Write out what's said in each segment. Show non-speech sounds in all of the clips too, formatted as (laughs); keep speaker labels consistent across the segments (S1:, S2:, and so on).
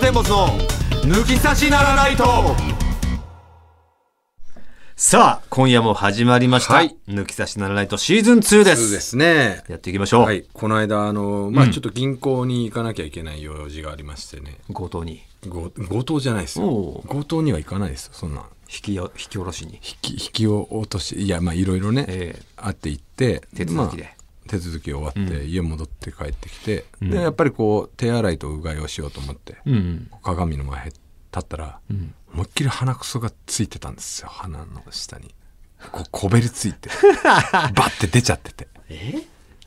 S1: 天没の抜き差しならないとさあ今夜も始まりました、
S2: はい
S1: 抜き差しならないとシーズン2です
S2: そうですね。
S1: やっていきましょう、
S2: はい、この間、あの、まあ、ちょっと銀行に行かなきゃいけない用事がありましてね。
S1: 強盗に
S2: 強強盗じゃないです
S1: お
S2: よ
S1: う。
S2: 強盗には行かないですよ、そんな。
S1: 引きよ引き下ろしに
S2: 引き、引きを落とし、いや、まあ、いろいろね、
S1: ええ
S2: あって行って、
S1: 手続きで
S2: まあ手続き終わって、
S1: うん
S2: 家戻って帰ってきて、
S1: うん
S2: で、やっぱりこう、手洗いとうがいをしようと思って、
S1: うん
S2: 鏡の前立ったら、
S1: うん
S2: 思いっきり鼻くそがついてたんですよ、鼻の下に。こう、こべり
S1: (laughs)
S2: ついて、バッて出ちゃってて。
S1: え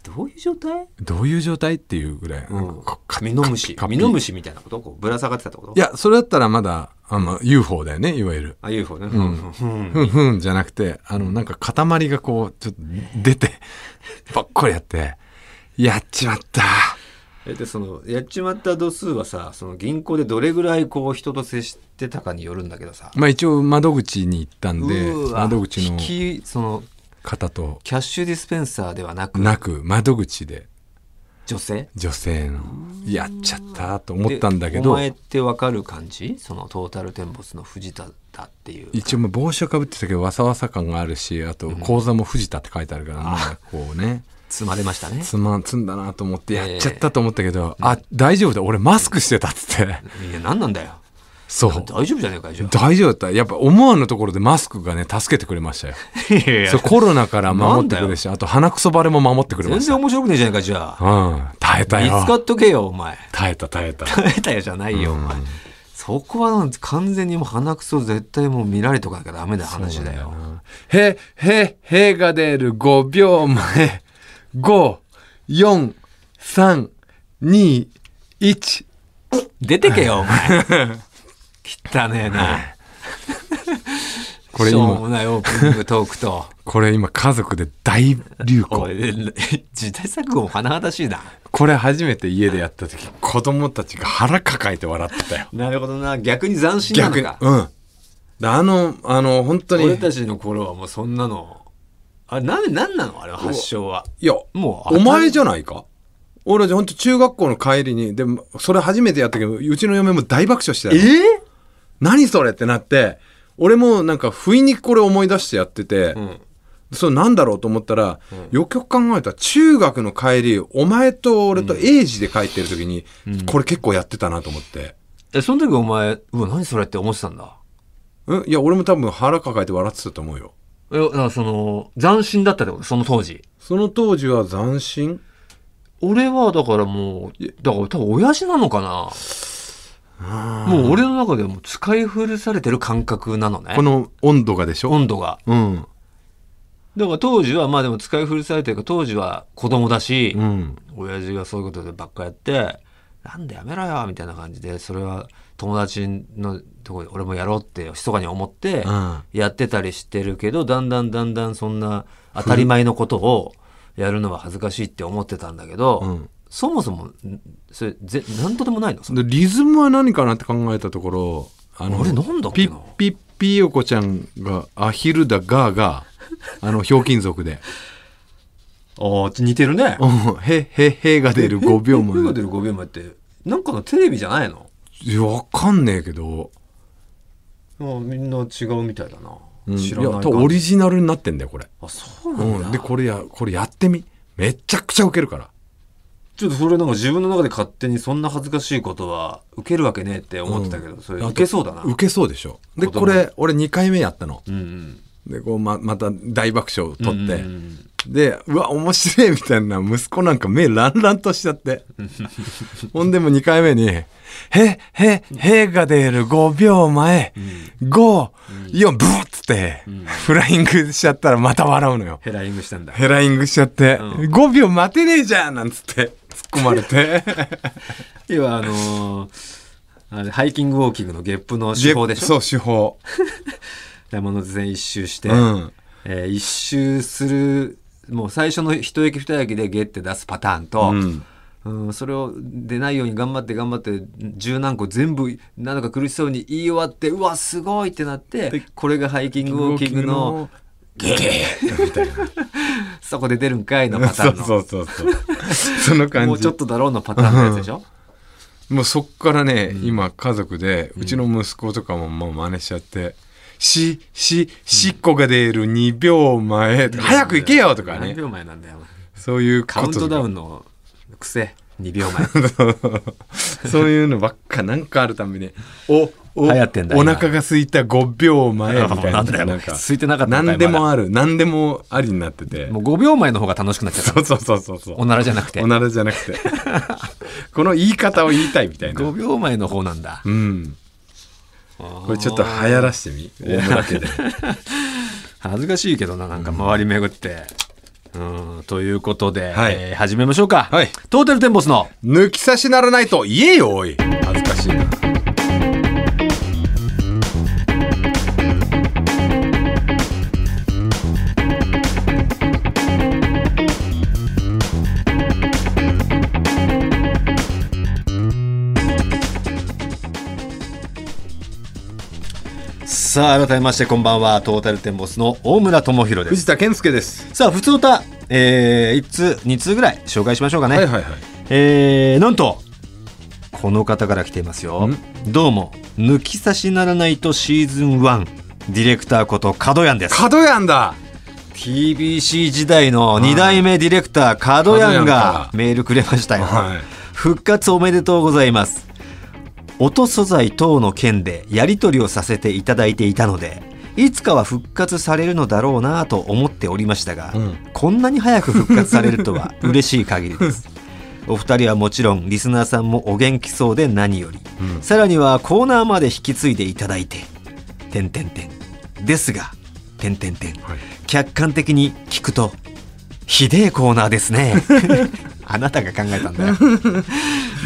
S1: どういう状態
S2: どういう状態っていうぐらい、
S1: うん
S2: かか
S1: ミノムシ
S2: か
S1: ミノムシみたいなことこうぶら下がってたってこと
S2: いやそれだったらまだあの UFO だよねいわゆる
S1: あ UFO ね、
S2: ん
S1: うん
S2: ふんふんじゃなくてあのなんか塊がこうちょっと出てばっこりやってやっちまった
S1: えでそのやっちまった度数はさその銀行でどれぐらいこう人と接してたかによるんだけどさ
S2: まあ一応窓口に行ったんで
S1: うーわ
S2: 窓口の
S1: 引きその
S2: 方と
S1: キャッシュディスペンサーではなく
S2: なく窓口で
S1: 女性
S2: 女性のやっちゃったと思ったんだけ
S1: でお
S2: ど
S1: 前ってわかる感じそのトータルテンボスの藤田だっていう
S2: 一応まあ帽子をかぶってたけどわさわさ感があるしあと口座も藤田って書いてあるから、なんかこうね
S1: 積まれましたね
S2: つまんつんだなと思ってや
S1: ええ
S2: っちゃったと思ったけど、あ大丈夫だ俺マスクしてたっつって
S1: いや何なんだよ
S2: そう
S1: 大丈夫じゃねえか以上
S2: 大丈夫だったやっぱ思わぬところでマスクがね助けてくれましたよ
S1: いやいや
S2: そうコロナから守ってくれるしあと鼻くそバレも守ってくれま
S1: 全
S2: し
S1: 然面白くねえじゃねえかじゃあ
S2: たうん耐えた
S1: 見
S2: よ
S1: つかっとけよお前
S2: 耐えた耐えた
S1: 耐えたよじゃないよお前そこはなんて完全にもう鼻くそ絶対もう見られとかなきゃダメだ話だよ
S2: へへへが出る5秒前54321
S1: 出てけよお前汚ねえ (laughs) な
S2: これ
S1: しょうも
S2: 今
S1: ないオープニングトークと
S2: これ今家族で大流行
S1: おい時代錯誤も甚だしいな
S2: これ初めて家でやった時子供たちが腹抱えて笑ってたよ
S1: なるほどな逆に斬 (laughs) 新な
S2: 逆
S1: の
S2: に
S1: か
S2: うんであのあの本当に
S1: 俺たちの頃はもうそんなのあれなんなんなのあれは発祥はい
S2: や
S1: もう
S2: お前じゃないか俺本当中学校の帰りにでもそれ初めてやったけどうちの嫁も大爆笑してたよ何それってなって俺もなんか不意にこれ思い出してやってて、
S1: うん
S2: それなんだろうと思ったら、よくよく考えたら中学の帰りお前と俺と英二で帰ってる時に、これ結構やってたなと思って。
S1: えその時お前うわ何それって思ってたんだ
S2: うんいや俺も多分腹抱えて笑ってたと思うよ
S1: えだからその斬新だったってことその当時
S2: その当時は斬新
S1: 俺はだからもうだから多分親父なのかなもう俺の中ではもう使い古されてる感覚なのね
S2: この温度がでしょ
S1: 温度が
S2: うん
S1: だから当時はまあでも使い古されてるから当時は子供だし、
S2: うん
S1: 親父がそういうことでばっかやってなんでやめろよみたいな感じでそれは友達のとこで俺もやろうって密かに思って
S2: うん
S1: やってたりしてるけどだんだんだんだんそんな当たり前のことをやるのは恥ずかしいって思ってたんだけど、
S2: うん
S1: そもそもんそれぜ何とでもないのそれ
S2: でリズムは何かなって考えたところあ
S1: あれなんだっ
S2: ピ
S1: けな
S2: ッピッピーヨコちゃんがアヒルだガーガ (laughs) ーあのひょうきん族で
S1: あ似てるね
S2: うんへへへが出る5秒前
S1: 出る5秒前ってなんかのテレビじゃないの
S2: いやわかんねえけど
S1: あみんな違うみたいだな、
S2: うん
S1: 知らない
S2: や
S1: 感
S2: 多
S1: じ
S2: 分オリジナルになってんだよこれ、
S1: あそうなんだ、
S2: うん、でこれやこれやってみめちゃくちゃウケるから
S1: ちょっとそれなんか自分の中で勝手にそんな恥ずかしいことは受けるわけねえって思ってたけど、それ
S2: あと
S1: 受けそうだな。
S2: ウケそうでしょで
S1: 子供
S2: これ俺2回目やったの
S1: うんうん。
S2: でこうままた大爆笑を取って、
S1: うんうん
S2: でうわ面白いみたいな息子なんか目ランランとしちゃって
S1: (laughs)
S2: ほんでもう2回目に「へへへ」が出る5秒前54ブーっつって、フライングしちゃったらまた笑うのよ
S1: ヘライングしたんだ。
S2: ヘライングしちゃって、
S1: う
S2: 5秒待てねえじゃんなんつって突っ込まれて
S1: 要はあのーあれハイキングウォーキングのゲップの (laughs) 手法でしょ
S2: そう手法
S1: 山手線一周して、
S2: うん
S1: えー一周する、もう最初の一駅二駅でゲッて出すパターンと、
S2: うん
S1: うん、それを出ないように頑張って頑張って十何個全部なんだか苦しそうに言い終わってうわすごいってなってこれがハイキングウォーキングの
S2: ゲーみたいな
S1: そこで (laughs) 出るんかいのパタ
S2: (laughs) そ
S1: ーン
S2: う
S1: の
S2: そうそうそうその感じ
S1: もうちょっとだろうのパターンのやつでしょ
S2: もうそっからね、今家族でうちの息子とかももう真似しちゃって「しししっこが出る2秒前」とか早く行けよ!」とか
S1: 何
S2: ね
S1: 秒前なんだよお前
S2: そういう
S1: カウントダ
S2: ン
S1: ウンの癖2秒 (laughs) 前
S2: (laughs) そういうのばっかなんかあるために「おおお
S1: 流行ってんだ今
S2: 腹が空いた5秒前」みたい
S1: (laughs) な
S2: なん
S1: だよ
S2: な
S1: なん
S2: か
S1: 空いてなかったんだよ
S2: 何で
S1: ま
S2: もある何でもありになってて
S1: だもう5秒前の方が楽しくなっちゃっ
S2: そうそうそうそうそう
S1: たおならじゃなくて
S2: おならじゃなく
S1: (laughs)
S2: てこの言い方を言いたいみたいな
S1: 5秒前の方なんだ
S2: うんこれちょっと流行らしてみ大村家で
S1: 恥ずかしいけどななんか周り巡ってうんということで、
S2: はい
S1: えー始めましょうか、
S2: はい
S1: トータルテンボスの
S2: 抜き差しならないと言えよおい恥ずかしいな
S1: さあ改めましてこんばんはトータルテンボスの大村智弘です
S2: 藤田健介です
S1: さあ普通歌、え1通2通ぐらい紹介しましょうかね、
S2: はいはいはい
S1: えーなんとこの方から来ていますよどうも抜き差しならないとシーズン1ディレクターこと角谷です
S2: 角やんだ
S1: TBC 時代の2代目ディレクター角谷
S2: 角谷
S1: が
S2: か
S1: メールくれましたよ、
S2: はい
S1: 復活おめでとうございます音素材等の件でやり取りをさせていただいていたのでいつかは復活されるのだろうなと思っておりましたが、
S2: うん
S1: こんなに早く復活されると
S2: (laughs)
S1: は嬉しい限りですお二人はもちろんリスナーさんもお元気そうで何より、
S2: うん
S1: さらにはコーナーまで引き継いでいただいて「てんてんてん」ですが「てんてんてん」
S2: はい
S1: 客観的に聞くとひでえコーナーですね (laughs) あなたが考えたんだよ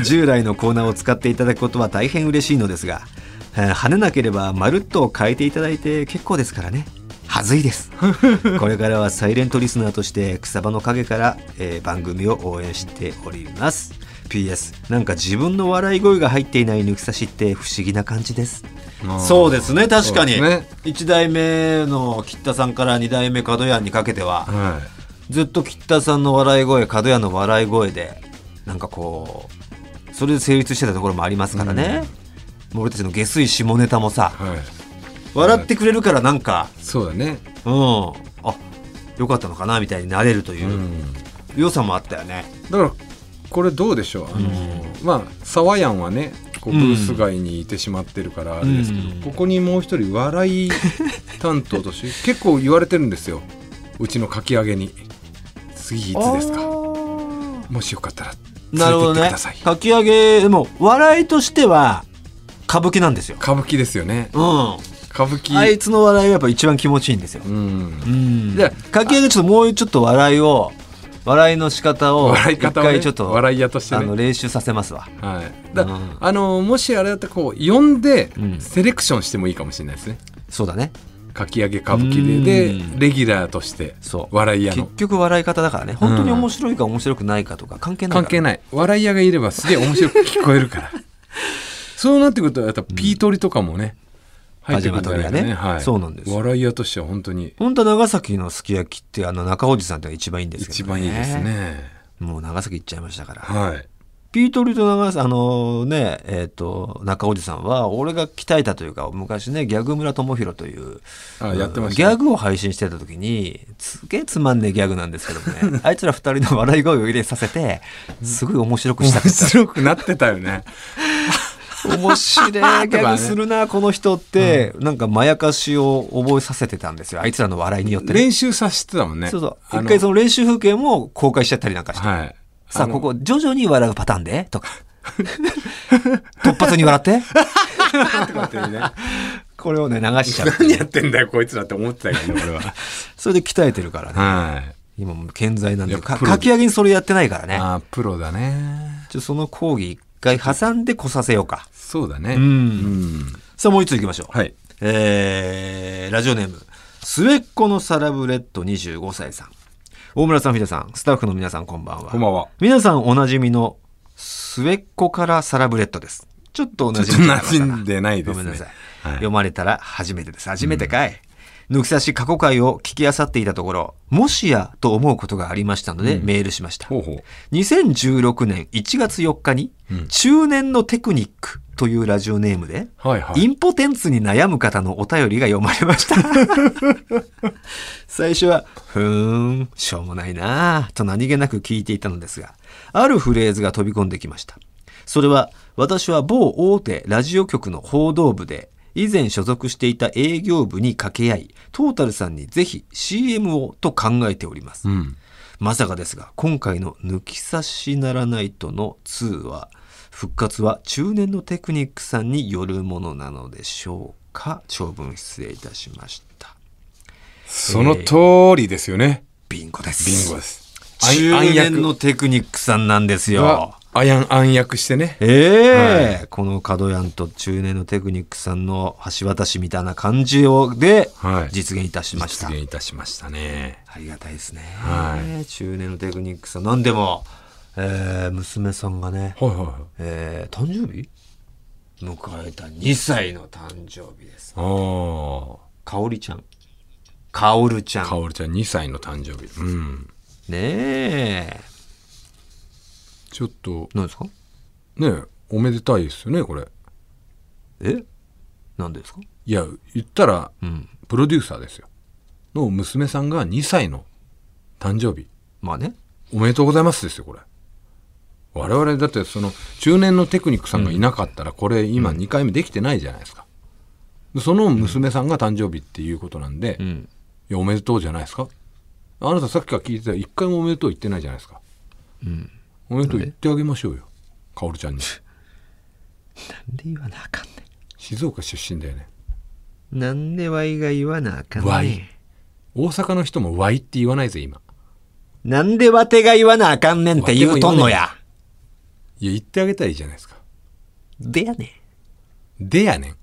S1: 従来のコーナーを使っていただくことは大変嬉しいのですがえー跳ねなければまるっと変えていただいて結構ですからねはずいですこれからはサイレントリスナーとして草場の陰から、えー番組を応援しております PS なんか自分の笑い声が入っていない抜き差しって不思議な感じですそうですね確かに、
S2: そうですね
S1: 1代目の吉田さんから2代目角屋にかけては、
S2: は
S1: ずっと吉田さんの笑い声角屋の笑い声でなんかこうそれで成立してたところもありますからね、もう俺たちの下水下ネタもさ
S2: いはい
S1: 笑ってくれるからなんか
S2: そうだね
S1: うんあよかったのかなみたいになれるといううん良さもあったよね、
S2: だからこれどうでしょうあの、まあサワヤンはねこう
S1: う
S2: ブ
S1: ん
S2: ース外にいてしまってるからあれですけど、
S1: うん
S2: ここにもう一人笑い担当として (laughs) 結構言われてるんですようちのかき揚げに「次いつです
S1: あ
S2: か
S1: ー
S2: もしよかったら
S1: なる
S2: 連
S1: ほど
S2: れてって
S1: ね
S2: ください」
S1: かき上げでも笑いとしては歌舞伎なんですよ
S2: 歌舞伎ですよね
S1: うん
S2: 歌舞伎、
S1: あいつの笑いがやっぱ一番気持ちいいんですよ
S2: う。ん
S1: うん
S2: で
S1: かき揚げちょっともうちょっと笑いを笑いの仕方を
S2: 笑い
S1: 一
S2: 方を、ね、
S1: 回ちょっと
S2: 笑い屋として
S1: あ
S2: ね
S1: の練習させますわ。
S2: はい、だ
S1: うん
S2: あのもしあれだったらこう呼んで
S1: うん
S2: セレクションしてもいいかもしれないですね、
S1: そうだね。
S2: かき揚げ歌舞伎で
S1: うん
S2: でレギュラーとして
S1: そう
S2: 笑い屋
S1: 結
S2: の
S1: 局笑い方だからね。本当に面白いか面白くないかとか関係ない
S2: 関
S1: から。
S2: 係ない笑い屋がいればすげえ面白く聞こえるから
S1: (laughs)
S2: そうなってくるとやっぱピートリとかもね、入ってくるんじゃないか
S1: パジャマトリ
S2: ね
S1: がね
S2: はい、
S1: そうなんですよ
S2: 笑い屋としては本当に
S1: 本当は長崎のすき焼きってあの中尾さんってのが一番いいんですけど、ね。
S2: 一番いいです。ね
S1: もう長崎行っちゃいましたから。
S2: はい
S1: ピートルと長崎あのねえっ、と中尾さんは俺が鍛えたというか昔ねギャグ村智弘という
S2: あやってました
S1: ギャグを配信してた時にすげえつまんねえギャグなんですけども
S2: (laughs)
S1: ねあいつら二人の笑い声を入れさせてすごい面白くした
S2: (laughs) 面
S1: くて
S2: 白くなってた
S1: (laughs)
S2: よね
S1: 面白いギャグするなこの人って、なんかまやかしを覚えさせてたんですよあいつらの笑いによってね、
S2: 練習させてたもんね
S1: そうそう
S2: あの
S1: 一回その練習風景も公開しちゃったりなんかして、
S2: はい
S1: さ
S2: あ
S1: あ
S2: の
S1: こ
S2: (laughs)
S1: こ徐々に笑うパターンでとか突発に笑って
S2: とかってね
S1: これをね流し
S2: (laughs)
S1: ちゃう
S2: 何やってんだよこいつらって思ってたけどね俺
S1: (laughs)
S2: は
S1: それで鍛えてるからね
S2: はい
S1: 今もう健在なんで
S2: いや
S1: か
S2: プロ
S1: かき揚げにそれやってないからね
S2: あープロだね
S1: ちょその講義一回挟んでこさせようか
S2: そうだね
S1: うん
S2: うん
S1: さあもう一ついきましょう
S2: はい
S1: えーラジオネーム末っ子のサラブレッド25歳さん大村さん、ひでさん、スタッフの皆さん、こんばんは。
S2: こんばんは
S1: 皆さん、おなじみの、末っ子からサラブレッドです。ちょっとおなじみじゃなかった
S2: ちょっと馴染んでないですね
S1: ごめんなさい。
S2: はい
S1: 読まれたら初めてです。初めてかい。抜き差し過去回を聞き漁っていたところ、もしやと思うことがありましたので、メールしました。
S2: ほうほう。
S1: 2016年1月4日に、中年のテクニックというラジオネームで、
S2: はいは
S1: イ
S2: い。
S1: ンポテンツに悩む方のお便りが読まれま
S2: (laughs)
S1: した。最初は、ふーん、しょうもないなぁ、と何気なく聞いていたのですが、あるフレーズが飛び込んできました。それは、私は某大手ラジオ局の報道部で、以前所属していた営業部に掛け合い、トータルさんにぜひ CM をと考えております。
S2: うん。
S1: まさかですが、今回の抜き差しならないとの2は、復活は中年のテクニックさんによるものなのでしょうか長文失礼いたしました。
S2: その通りですよね。
S1: ビンゴです。
S2: ビンゴです。あん
S1: 中年の
S2: 暗
S1: テクニックさんなんですよ
S2: 躍は。あやん暗躍してね。
S1: ええこの角やんと中年のテクニックさんの橋渡しみたいな感じをで
S2: はい
S1: 実現いたしました。
S2: 実現いたしましたね。
S1: ありがたいですね。
S2: は
S1: 中年のテクニックさん、なんでも、えー娘さんがね、
S2: はいはいはい。
S1: えー誕生日迎えた2歳の誕生日です。
S2: あ
S1: かおりちゃん。かおるちゃ
S2: あ。か
S1: ん。
S2: おるちゃん2歳の誕生日。うん。
S1: ねえ。
S2: ちょっと、
S1: 何ですか
S2: ねおめでたいですよね、これ。
S1: え何ですか
S2: いや、言ったら、
S1: うん。
S2: プロデューサーですよ。の娘さんが2歳の誕生日。
S1: まあね。
S2: おめでとうございますですよ、これ。我々、だってその、中年のテクニックさんがいなかったら、これ今2回目できてないじゃないですか。でその娘さんが誕生日っていうことなんで、
S1: う
S2: い
S1: ん。
S2: や、おめでとうじゃないですか。あなたさっきから聞いてたら一回もおめでとう言ってないじゃないですか。
S1: うん。
S2: おめでとう言ってあげましょうよ。かおるちゃんに。
S1: なんで言わなあかんね
S2: 静岡出身だよね。
S1: ん。なんでわいが言わなあかん
S2: わ
S1: ね
S2: い
S1: ん。
S2: 大阪の人もワイって言わないぜ、今。
S1: なんでわてが言わなあかんねんって言うとんのや。
S2: いや、言ってあげたらいいじゃないですか。
S1: でやね
S2: でやね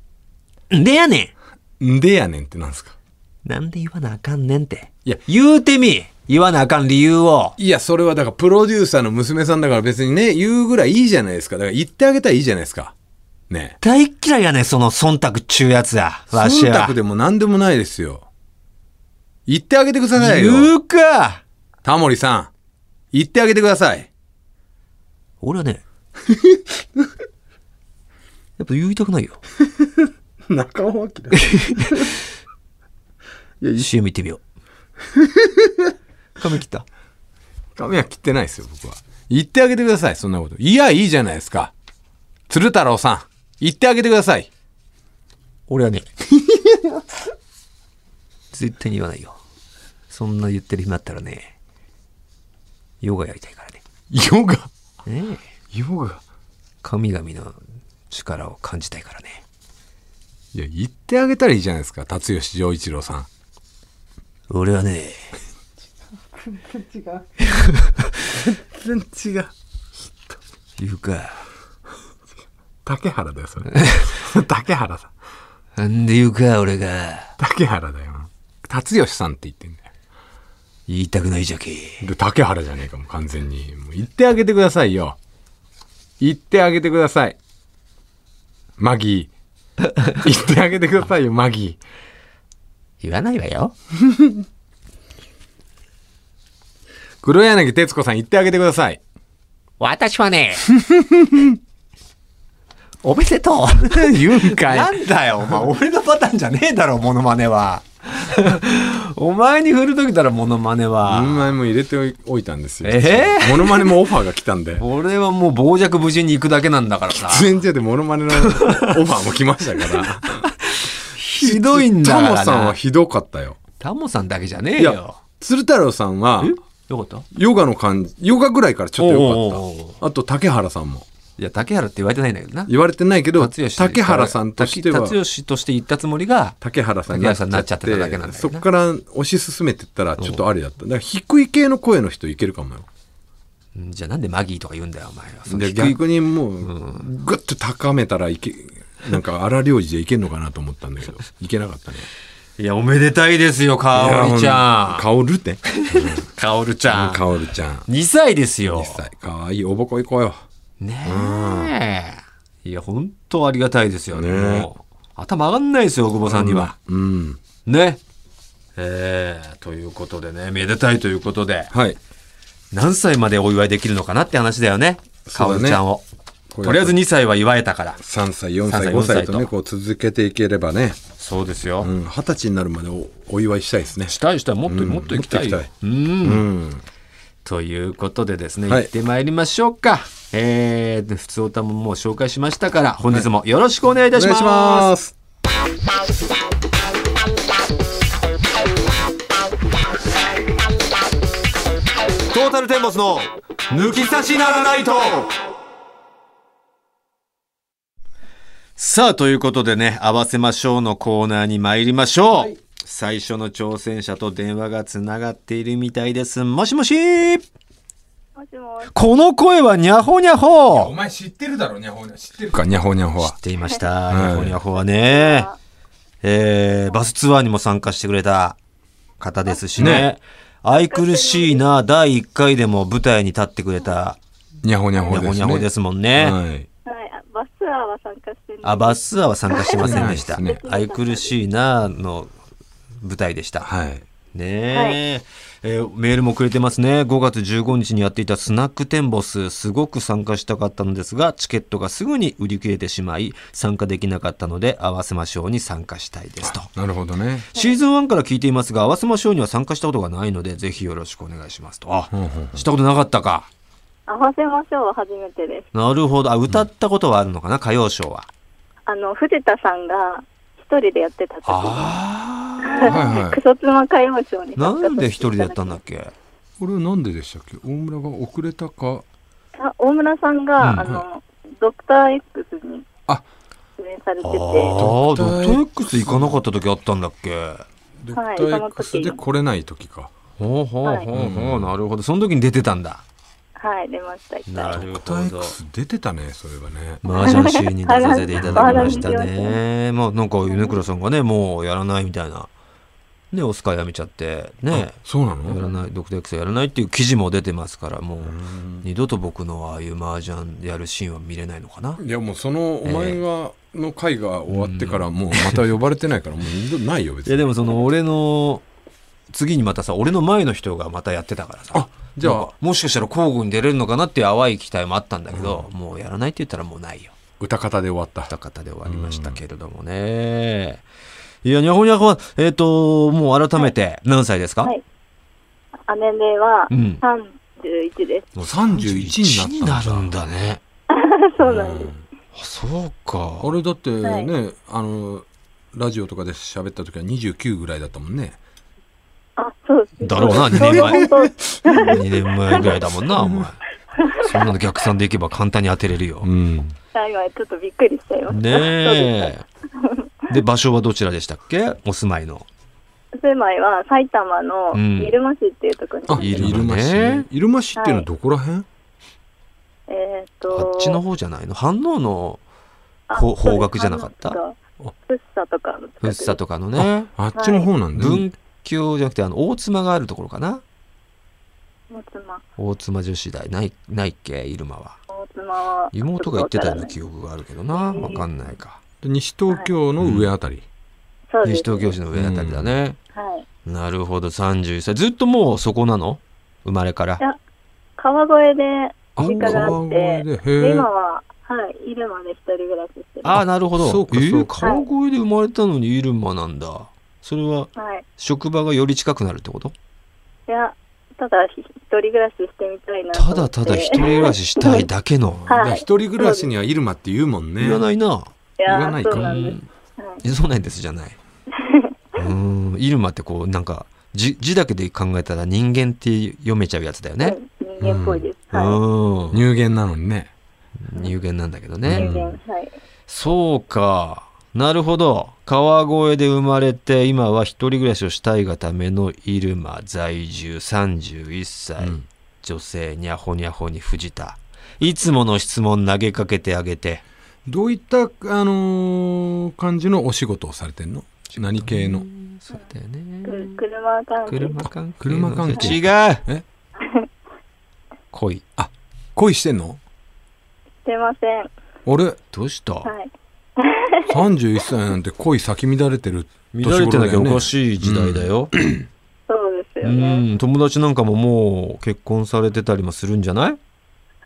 S1: ん。でやね
S2: ん。んでやねんってなんですか。
S1: ん。なんで言わなあかんねんって。
S2: いや
S1: 言うてみ。言わなあかん理由を。
S2: いや、それはだからプロデューサーの娘さんだから別にね、言うぐらいいいじゃないですか。だから言ってあげたらいいじゃないですか。ね
S1: 大っ嫌いやねん、その忖度中やつや。
S2: え。
S1: わし
S2: 忖
S1: は
S2: 度。でも何でもないですよ。言ってあげてくださいよ。
S1: 言うか
S2: タモリさん。言ってあげてください。
S1: 俺はね、 (laughs) やっぱ言いたくないよ。
S2: 中尾明。
S1: CM 行ってみよ (laughs) う。髪切った
S2: 髪は切ってないですよ、僕は。言ってあげてください、そんなこと。いや、いいじゃないですか。鶴太郎さん。言ってあげてください。
S1: 俺 (laughs) はね、絶対に言わないよ。そんな言ってる暇あったらね、ヨガやりたいからね。
S2: ヨガ。
S1: ねえ
S2: ヨガ。
S1: 神々の力を感じたいからね。
S2: いや、言ってあげたらいいじゃないですか。辰吉丈一郎さん。
S1: 俺はね、
S2: 全然違う。
S1: 言うか。
S2: 竹原だよ、 (laughs) それ。竹原さん。
S1: なんで言うか、俺が。
S2: 竹原だよ。達吉さんって言ってんだよ。
S1: 言いたくないじゃけ。
S2: で、竹原じゃねえかも、完全に。もう言ってあげてくださいよ。言ってあげてください。マギー。言ってあげてくださいよ、マギー。
S1: 言わないわよ。
S2: 黒柳徹子さん言ってあげてください。
S1: 私はね、 (laughs) おめでとう。 (laughs)
S2: 言うんか。
S1: ないんだよ、お前、俺のパターンじゃねえだろ、モノマネは。 (laughs) お前に振るときだろ、モノマネ
S2: お
S1: は。
S2: 前も入れておいたんですよ。
S1: え
S2: モノマネもオファーが来たんで。
S1: 俺はもう傍若無人に行くだけなんだからさ。
S2: 全然でモノマネのオファーも来ましたから。
S1: ひどいんだ
S2: タ
S1: からな。
S2: モさんはひどかったよ。
S1: タモさんだけじゃねえ
S2: いや
S1: よ。、
S2: 鶴太郎さんは、
S1: よかった
S2: ヨガの感じ、ヨガぐらいからちょっと良か
S1: おうおうおう
S2: った。あと、竹原さんも。
S1: いや、竹原って言われてないんだけどな。
S2: 言われてないけど、
S1: 達吉
S2: 竹原さんとしては
S1: 達、吉として言ったつもりが、
S2: 竹原さん
S1: 竹原さんになっちゃってただけなんだよね
S2: そっから推し進めてったら、ちょっとあれだった。だから、低い系の声の人いけるかもよ。
S1: うんじゃあなんでマギーとか言うんだよ、お前は。その
S2: で
S1: 低い
S2: 逆にもう、ぐっと高めたらいけ、なんか荒領事でいけんのかなと思ったんだ
S1: (laughs)
S2: けど、いけなかったね。
S1: いや、おめでたいですよ、かおりちゃ
S2: かおるって。
S1: ん。かおるちゃん。
S2: かおるちゃん。
S1: 2歳ですよ。
S2: 実際、かわいい、おぼこいこよ。
S1: ねえ。いや、本当ありがたいですよね。
S2: ねえ
S1: もう頭上がんないですよ、大久保さんには。
S2: うん。
S1: ね。えーということでね、めでたいということで、
S2: はい。
S1: 何歳までお祝いできるのかなって話だよね。
S2: そ
S1: か
S2: う
S1: お
S2: だね
S1: るちゃんを。
S2: こういうこと
S1: とりあえず2歳は祝えたから。
S2: 3歳、4
S1: 3
S2: 歳、
S1: 歳
S2: 5歳
S1: 4
S2: と
S1: 歳
S2: ね、
S1: と
S2: こう続けていければね、
S1: そうですよ。
S2: うん、20歳になるまでおお祝いしたいですね。
S1: したいしたい、もっと、もっと行きたいよ
S2: もっと行き。
S1: うん
S2: うん。
S1: ということでですね、
S2: はい
S1: 行ってまいりましょうか。えー、普通歌ももう紹介しましたから、本日もよろしくお願いいた
S2: お
S1: し
S2: 願い
S1: ます。
S2: します。
S1: トータルテンボスの抜き差しならないと。さあ、ということでね、合わせましょうのコーナーに参りましょう。最初の挑戦者と電話がつながっているみたいです。もしもし
S3: もしもし。
S1: この声はニャホニャホ
S4: 前知ってるだろ、ニャホニャ。知ってる
S2: か、にゃほにゃほは
S1: っ。ていました。ニ
S2: はい
S1: ャホニャホはね、えー、バスツアーにも参加してくれた方ですしね。愛くるしいな第1回でも舞台に立ってくれた
S2: にゃほにゃ
S1: ニ
S2: ほ
S1: ャ
S2: です
S1: ホ
S2: ね。
S1: ニャホですもんね。
S2: はい。
S3: はい、あバスツアーは参加してるんです
S1: あ、バスツアーは参加してませんでした
S2: そうです。ね
S1: 愛くるしいなの舞台でした。
S2: はい。
S1: ねえ。えーメールもくれてますね。5月15日にやっていたスナックテンボス、すごく参加したかったのですが、チケットがすぐに売り切れてしまい、参加できなかったので、合わせましょうに参加したいですと。
S2: なるほどね。
S1: シーズン1から聞いていますが、合わせましょうには参加したことがないので、ぜひよろしくお願いしますと。あ、
S2: うんうん
S1: したことなかったか。
S3: 合わせましょうは初めてです。
S1: なるほど。あ、歌ったことはあるのかな、歌謡ショーは。
S3: あの、藤田さんが一人でやってた時
S1: ああ。
S2: はいはい
S3: (laughs) に、クソ妻歌謡ショーに参加
S1: なんで
S3: さ
S1: 一
S3: せて
S1: 人
S3: い
S1: でやった
S3: だ
S1: ん
S3: き
S1: だっけ
S2: これはなんででしたっけ大村が遅れたか。
S3: あ大村さんが、あの、ドクター X に
S2: あ
S3: 出演されてて、
S1: ああド
S3: は
S2: ド
S1: ッ
S2: クター
S1: ト X 行かなかった時あったんだっけ
S2: ドクタ
S3: はい
S2: ー X で来れない時か。
S1: ほうほうほうほうなるほどその時に出てたんだ
S3: い、出ました。
S1: な
S2: ドクター X 出てたね、それはね。
S1: マージャンシーンに出させていただきましたねまあなんか米倉さんがねもうやらないみたいなねオスカーやめちゃってね
S2: そうな
S1: やら
S2: の
S1: ないドクター X やらないっていう記事も出てますからもう
S2: うん
S1: 二度と僕のああいうマージャンやるシーンは見れないのかない
S2: やもうそのお前が、の会が終わってからもうまた呼ばれてないからもう二度ないよ別
S1: いや
S2: に。
S1: でもその俺の次にまたさ俺の前の人がまたやってたからさ
S2: あじゃ
S1: なん
S2: あ
S1: かもしかしたら交互に出れるのかなっていう淡い期待もあったんだけど、もうやらないって言ったらもうないよ
S2: 歌方で終わった。
S1: 二方で終わりましたけれどもね、いやにゃほにゃほはえっ、ともう改めて何歳ですか、
S3: はい。あ年齢は
S1: うん
S3: 31です。 (laughs)
S1: もう
S2: 31になったんだ
S1: るんだね
S3: そうなんです。
S1: あそうか
S2: あれだってね、
S3: はい
S2: あのラジオとかで喋った時は29ぐらいだったもんね。
S3: あ、そうです。
S1: だろうな二
S3: そう
S1: 年前
S3: そう
S1: 2年前ぐらいだも (laughs) んなお前そんなの逆算でいけば簡単に当てれるよ、 (laughs)
S2: ん。
S3: あ今ちょっとびっくりしちゃいました。
S1: ねえで場所はどちらでしたっけお住まいの
S3: 住まいは埼玉の
S1: うん
S3: 入間市っていうところに、
S2: あ、
S1: いる
S2: 入間市ね。入間市っていうのはどこら辺、
S3: えっ、
S1: あ
S3: と
S1: っちの方じゃないの反応の
S3: あ
S1: 方方角じゃなかった
S3: そうですあのなんか福生とかの近く
S1: ふっさとかのね
S2: あっちの方なんだ、ね
S1: 文教じゃなくてあの大妻があるところかな
S3: 大妻
S1: 大妻女子大ないないっけ入間は
S3: 大妻は
S1: 妹が言ってたような
S3: ち
S1: 記憶があるけどなわかんないか
S2: で西東京の上あたり。
S3: ょっとわからないそうで
S1: 西
S3: す
S1: 東京市の上あたりだね、
S3: はい
S1: なるほど31歳ずっともうそこなの生まれから
S3: いや川越で
S2: あ
S3: 実家があって
S2: で、
S3: で
S2: へえ
S3: 今。ははい入間で一人暮らししてま
S1: ああなるほど
S2: そうか
S1: えー
S2: そうか
S1: 川越で生まれたのに入間なんだそれは
S3: すはい
S1: 職場がより近くなるってこと
S3: いやただひ一人暮らししてみたいなと思
S1: た
S3: って
S1: だただ一人暮らししたいだけの
S3: はい
S2: だから一人暮らしには入間って言うもんね。
S1: いらないな、
S3: (laughs) いや
S2: 言わないか
S3: そうなんで
S1: うんそうなんですじゃないうーん入間ってこうなんか字字だけで考えたら人間って読めちゃうやつだよ
S3: す、
S1: ね、
S3: うん人間っぽいです、
S1: う
S3: は
S1: ん、
S2: 入言なのにね。
S1: 入言なんだけど
S3: い
S1: ね、
S3: 人間はい
S1: そうかなるほど川越で生まれて今は一人暮らしをしたいがための入間在住31歳、
S2: うん
S1: 女性にゃほにゃほに藤田いつもの質問投げかけてあげて
S2: どういった、あのー感じのお仕事をされてんの何系の
S1: そうだよね
S3: く車関係
S1: 車関係
S2: 車関係
S1: 違う
S2: え
S1: 恋
S2: 恋してんの
S3: してません
S2: 俺
S1: どうした、
S3: はい
S2: 31歳なんて恋咲き乱れてる年
S1: 乱れてなきゃおか
S2: い
S1: しい時代だよ。
S3: そう
S1: う
S3: ですよね。
S1: ん、友達なんかももう結婚されてたりもするんじゃない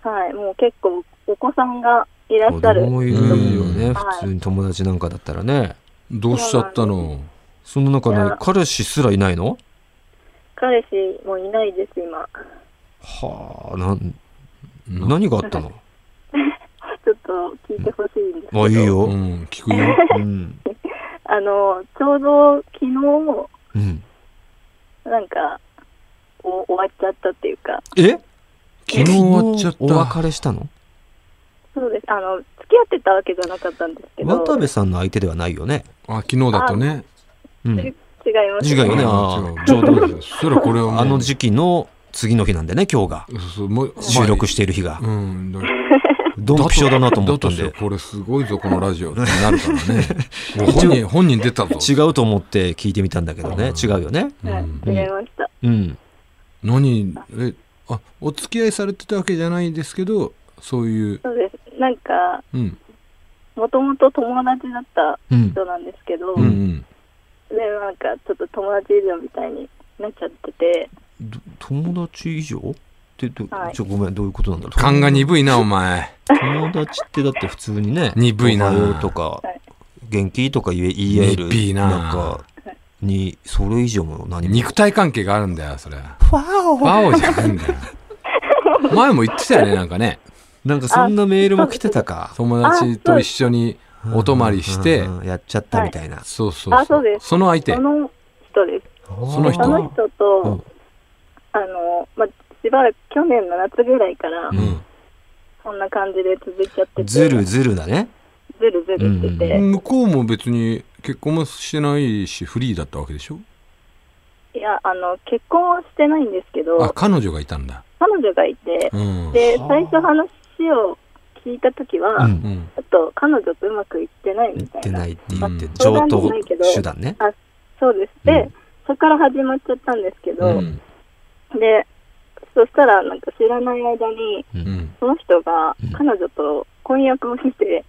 S3: はい、もう結構お子さんがいら
S1: 子
S3: っしゃる。
S1: 供いるよね、
S3: ん
S1: 普通に友達なんかだったらね。
S2: どうしちゃったの
S1: その中
S3: い
S1: の
S3: や
S1: 彼氏すらいないの
S3: 彼氏もいないです、今。
S1: はあ、なん、
S2: な
S1: 何があったの
S3: ちょっと聞いてほしいんですけど。
S1: あ、いいよ。
S2: うん聞
S1: (laughs)
S2: くよ
S1: うん。
S3: あの、ちょうど昨日、
S1: うん。
S3: なんか、お終わっちゃったっていうか、
S1: え
S2: 昨日終わっちゃっ
S1: お別
S2: た
S1: れしたの
S3: そうです。あの、付き合ってたわけじゃなかったんですけど、
S1: 渡部さんの相手ではないよね。
S2: あ昨日だったね
S1: うん。
S3: 違います
S1: 違うよね。
S2: うん
S1: あ
S2: 違
S1: あ
S2: う
S1: ちょうど、
S2: そしたらこれはもう
S1: あの時期の次の日なんでね、今日が。
S2: そうそうもう
S1: (laughs) 収録している日が
S2: ま。あうんだ
S1: ドンピシャだなと思ったん
S2: だ
S1: で
S2: とし。たらこれすごいぞこのラジオってなるか
S1: (laughs)
S2: らねもう本人本人出たぞ
S1: 違うと思って聞いてみたんだけどね。違うよね。
S3: はい
S2: うん
S3: 違いました。
S1: うん。
S2: 何えあお付き合いされてたわけじゃないですけどそういう
S3: そうです。なんか、
S2: うん
S3: もともと友達だった
S1: うん。
S3: 人なんですけど、
S2: うんうん
S3: で、なんか、ちょっと友達以上みたいになっちゃってて、
S1: ど友達以上ってど、
S3: はい
S1: ちょごめんどういうことなんだろう
S2: 勘が鈍いなお前
S1: 友達ってだって普通にね
S2: 鈍いな
S1: おはようとか
S3: はい
S1: 元気とか言え言い合える
S2: 鈍いな
S1: なんかにそれ以上も何も
S2: 肉体関係があるんだよそれ
S1: わお
S2: ワオじゃないん
S1: (laughs)
S2: だよ前も言ってたよねなんかね
S1: なんかそんなメールも来てたか
S2: 友達と一緒にお泊まりして
S1: うんうんうんやっちゃったみたいな、
S2: そうそう
S3: あそうです
S2: その相手
S3: その人です。
S1: そ
S2: の
S3: その人と、
S1: うん
S3: あの、まあ、しばらく去年の夏ぐらいから、
S2: うん
S3: そんな感じで続いちゃってて、
S1: ずるずるだね
S3: ずるずるしてて、
S2: 向こうも別に結婚もしてないしフリーだったわけでしょ
S3: いや、あの、結婚はしてないんですけど、
S2: あ彼女がいたんだ
S3: 彼女がいて、
S2: うん
S3: で、
S1: はあ
S3: 最初話を聞いたときは、
S1: う
S2: うんん
S3: ちょっと彼女とうまくいってない
S1: 言
S3: み
S1: ったて
S3: いな。
S1: ないって言って、
S2: うん
S1: 上
S3: 相談じ
S1: 等
S3: ゃないけど
S1: 手段ね
S3: そうです。
S1: う
S3: で、
S1: ん
S3: そこから始まっちゃったんですけ
S2: う
S3: ど、
S2: ん
S3: で、そしたらなんか知らない間に、
S2: うん
S3: その人が
S1: うん
S3: 彼女と婚約をして